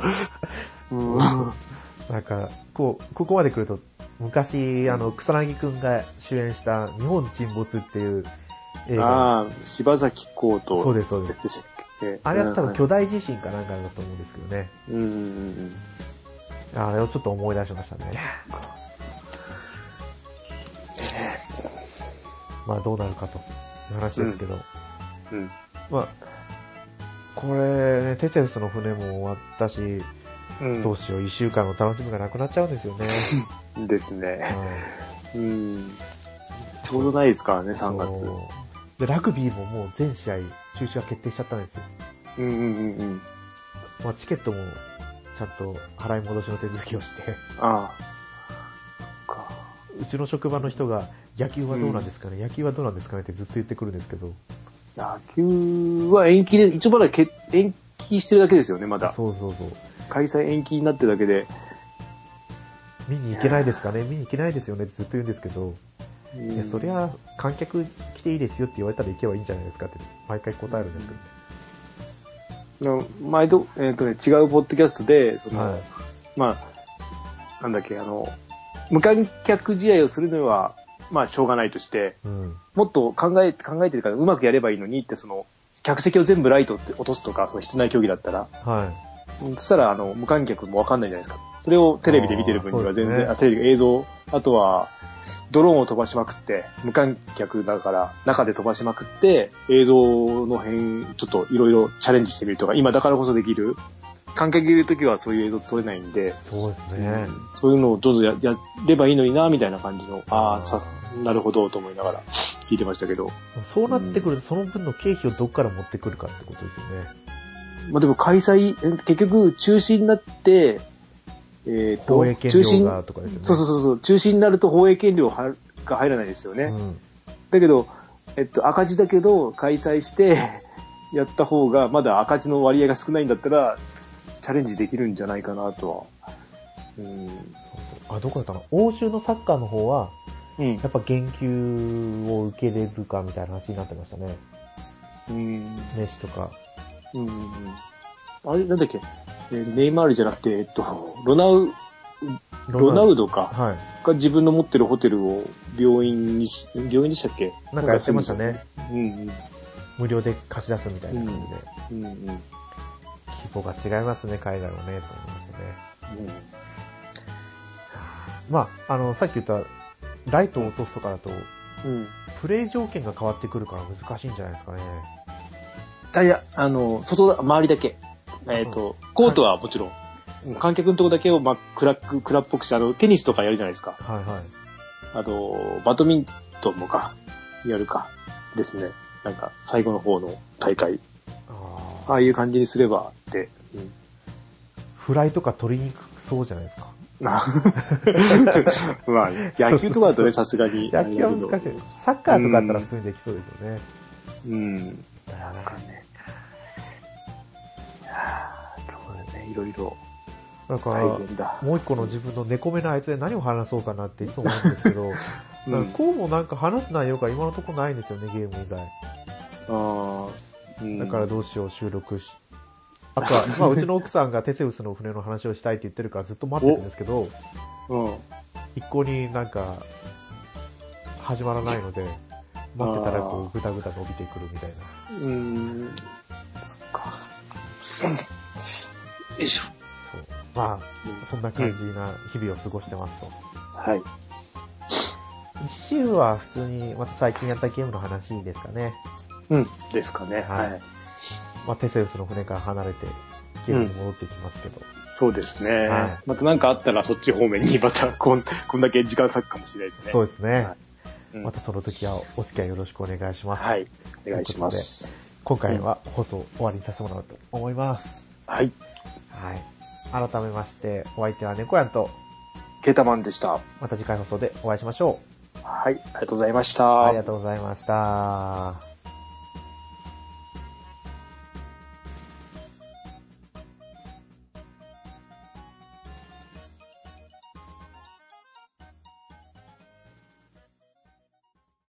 [SPEAKER 2] うん。あ
[SPEAKER 1] なんか、こう、ここまで来ると、昔、あの、草薙くんが主演した日本沈没っていう映画。
[SPEAKER 2] あ、柴崎公と、
[SPEAKER 1] そうです、そうです。
[SPEAKER 2] す。え
[SPEAKER 1] あれは多分
[SPEAKER 2] 日。
[SPEAKER 1] 巨大地震かなんかだと思うんですけどね。
[SPEAKER 2] うんうんうん
[SPEAKER 1] あれをちょっと思い出しましたね。まあどうなるかという話ですけど。
[SPEAKER 2] うん。うん。
[SPEAKER 1] まあ、これ、ね、テテウスの船も終わったし、
[SPEAKER 2] うん
[SPEAKER 1] どうしよう、一週間の楽しみがなくなっちゃうんですよね。
[SPEAKER 2] です
[SPEAKER 1] う
[SPEAKER 2] ね。
[SPEAKER 1] ん
[SPEAKER 2] うん。ちょうどないですからね、3月。
[SPEAKER 1] そうで、ラグビーももう全試合中止が決定しちゃったんですよ。
[SPEAKER 2] うんうんうんうん。
[SPEAKER 1] まあチケットもちゃんと払い戻しの手続きをして、
[SPEAKER 2] ああ。そっか。
[SPEAKER 1] うちの職場の人が野球はどうなんですかね、野球はどうなんですかねってずっと言ってくるんですけど、
[SPEAKER 2] 野球は延期で、一応まだけ延期してるだけですよね、まだ。
[SPEAKER 1] そうそうそう。
[SPEAKER 2] 開催延期になってるだけで。
[SPEAKER 1] 見に行けないですかね見に行けないですよねってずっと言うんですけど、
[SPEAKER 2] うん
[SPEAKER 1] いや、そりゃ観客来ていいですよって言われたら行けばいいんじゃないですかって毎回答えるんですけどね。
[SPEAKER 2] の毎度、えっ、とね、違うポッドキャストで、その、
[SPEAKER 1] はい
[SPEAKER 2] まあ、なんだっけ、あの、無観客試合をするのは、まあ、しょうがないとして、
[SPEAKER 1] うん。
[SPEAKER 2] もっと考え、考えてるからうまくやればいいのにって、その、客席を全部ライトって落とすとか、その室内競技だったら、
[SPEAKER 1] はい。
[SPEAKER 2] うんそしたら、あの、無観客もわかんないじゃないですか。それをテレビで見てる分に
[SPEAKER 1] あーそう
[SPEAKER 2] は全
[SPEAKER 1] ですね
[SPEAKER 2] 然、あテレビ映像、あとは、ドローンを飛ばしまくって、無観客だから、中で飛ばしまくって、映像の辺、ちょっといろいろチャレンジしてみるとか、今だからこそできる。観客いるときはそういう映像撮れないんで、
[SPEAKER 1] そうですね。
[SPEAKER 2] そういうのをどうぞややればいいのにな、みたいな感じの、あ
[SPEAKER 1] あー
[SPEAKER 2] あ、さ、なるほど、と思いながら聞いてましたけど。
[SPEAKER 1] そうなってくるとその分の経費をどっから持ってくるかってことですよね。
[SPEAKER 2] まあ、でも開催、え結局中止になって、えっ、と
[SPEAKER 1] 放映、権
[SPEAKER 2] 中止
[SPEAKER 1] 料
[SPEAKER 2] に
[SPEAKER 1] がとかですよね。
[SPEAKER 2] そうそうそうそう、中止になると放映権料はが入らないですよね。
[SPEAKER 1] うん。
[SPEAKER 2] だけど、えっと、赤字だけど、開催して、 やった方が、まだ赤字の割合が少ないんだったら、チャレンジできるんじゃないかなとは。うん。
[SPEAKER 1] あ、どこだったかな欧州のサッカーの方は、
[SPEAKER 2] うん
[SPEAKER 1] や。っぱ言及を受けれるかみたいな話になってましたね。
[SPEAKER 2] うん。
[SPEAKER 1] メッシとか。
[SPEAKER 2] うん。あれ、なんだっけ、えーネイマールじゃなくて、えっと、ロナウ、ロナウ
[SPEAKER 1] ド
[SPEAKER 2] ドか。
[SPEAKER 1] は
[SPEAKER 2] が自分の持ってるホテルを病院にし、病院でしたっけ
[SPEAKER 1] い。なんかやってました。ね。
[SPEAKER 2] うん
[SPEAKER 1] 無料で貸し出すみたいな感じで。
[SPEAKER 2] うん。うんうん。うん
[SPEAKER 1] 規模が違いますね、海外はね、と思いましたね。まあ、あの、さっき言った、ライトを落とすとかだと、
[SPEAKER 2] うん。
[SPEAKER 1] プレイ条件が変わってくるから難しいんじゃないですかね。
[SPEAKER 2] あ、いや、あの、外だ、周りだけ。えっ、と、コートはもちろん、うん観客のとこだけを、まあ、暗く、暗っぽくして、あの、テニスとかやるじゃないですか。
[SPEAKER 1] はいはい。
[SPEAKER 2] あと、バドミントンもか、やるか、ですね。なんか、最後の方の大会。
[SPEAKER 1] あー
[SPEAKER 2] ああいう感じにすれば、って。うん
[SPEAKER 1] フライとか取りにくそうじゃないですか。
[SPEAKER 2] な まあ、野球とかだとね、さすが に。
[SPEAKER 1] 野球は難しい。サッカーとかだったら普通にできそうですよね。
[SPEAKER 2] い。うん。
[SPEAKER 1] だよね
[SPEAKER 2] なんかね。いやーそうだね、いろいろ
[SPEAKER 1] だか
[SPEAKER 2] 大
[SPEAKER 1] ら、
[SPEAKER 2] 変だ。
[SPEAKER 1] もう一個の自分の猫目のあいつで何を話そうかなっていつも思うんですけど、なんか こうもなんか話す内容が今のところないんですよね、ゲーム以外。
[SPEAKER 2] ああ、うん
[SPEAKER 1] だからどうしよう、収録し。あとは、 まあ、うちの奥さんがテセウスの船の話をしたいって言ってるからずっと待ってるんですけど、
[SPEAKER 2] うん。
[SPEAKER 1] 一向になんか、始まらないので、待ってたらこう、ぐだぐだ伸びてくるみたいな。
[SPEAKER 2] うん。そっか。よいしょ。
[SPEAKER 1] そう。まあ、そんな感じな日々を過ごしてますと。
[SPEAKER 2] はい。
[SPEAKER 1] 次週は普通に、また最近やったゲームの話ですかね。
[SPEAKER 2] うん。ですかね。
[SPEAKER 1] はい
[SPEAKER 2] はい。
[SPEAKER 1] まあ、テセウスの船から離れて、ゲームに戻ってきますけど。
[SPEAKER 2] そうですね
[SPEAKER 1] はい。
[SPEAKER 2] また何かあったらそっち方面に またこん、こんだけ時間割くかもしれないですね。
[SPEAKER 1] そううですね
[SPEAKER 2] は。うん
[SPEAKER 1] またその時はお付き合いよろしくお願いします。
[SPEAKER 2] はい。お願いします。
[SPEAKER 1] 今回は放送終わりにさせてもらおうと思います。
[SPEAKER 2] はい。
[SPEAKER 1] はい。改めまして、お相手は猫やんと、
[SPEAKER 2] ケータマンでした。
[SPEAKER 1] また次回放送でお会いしましょ
[SPEAKER 2] はい。ありがとうございまし
[SPEAKER 1] う。
[SPEAKER 2] た。
[SPEAKER 1] ありがとうございました。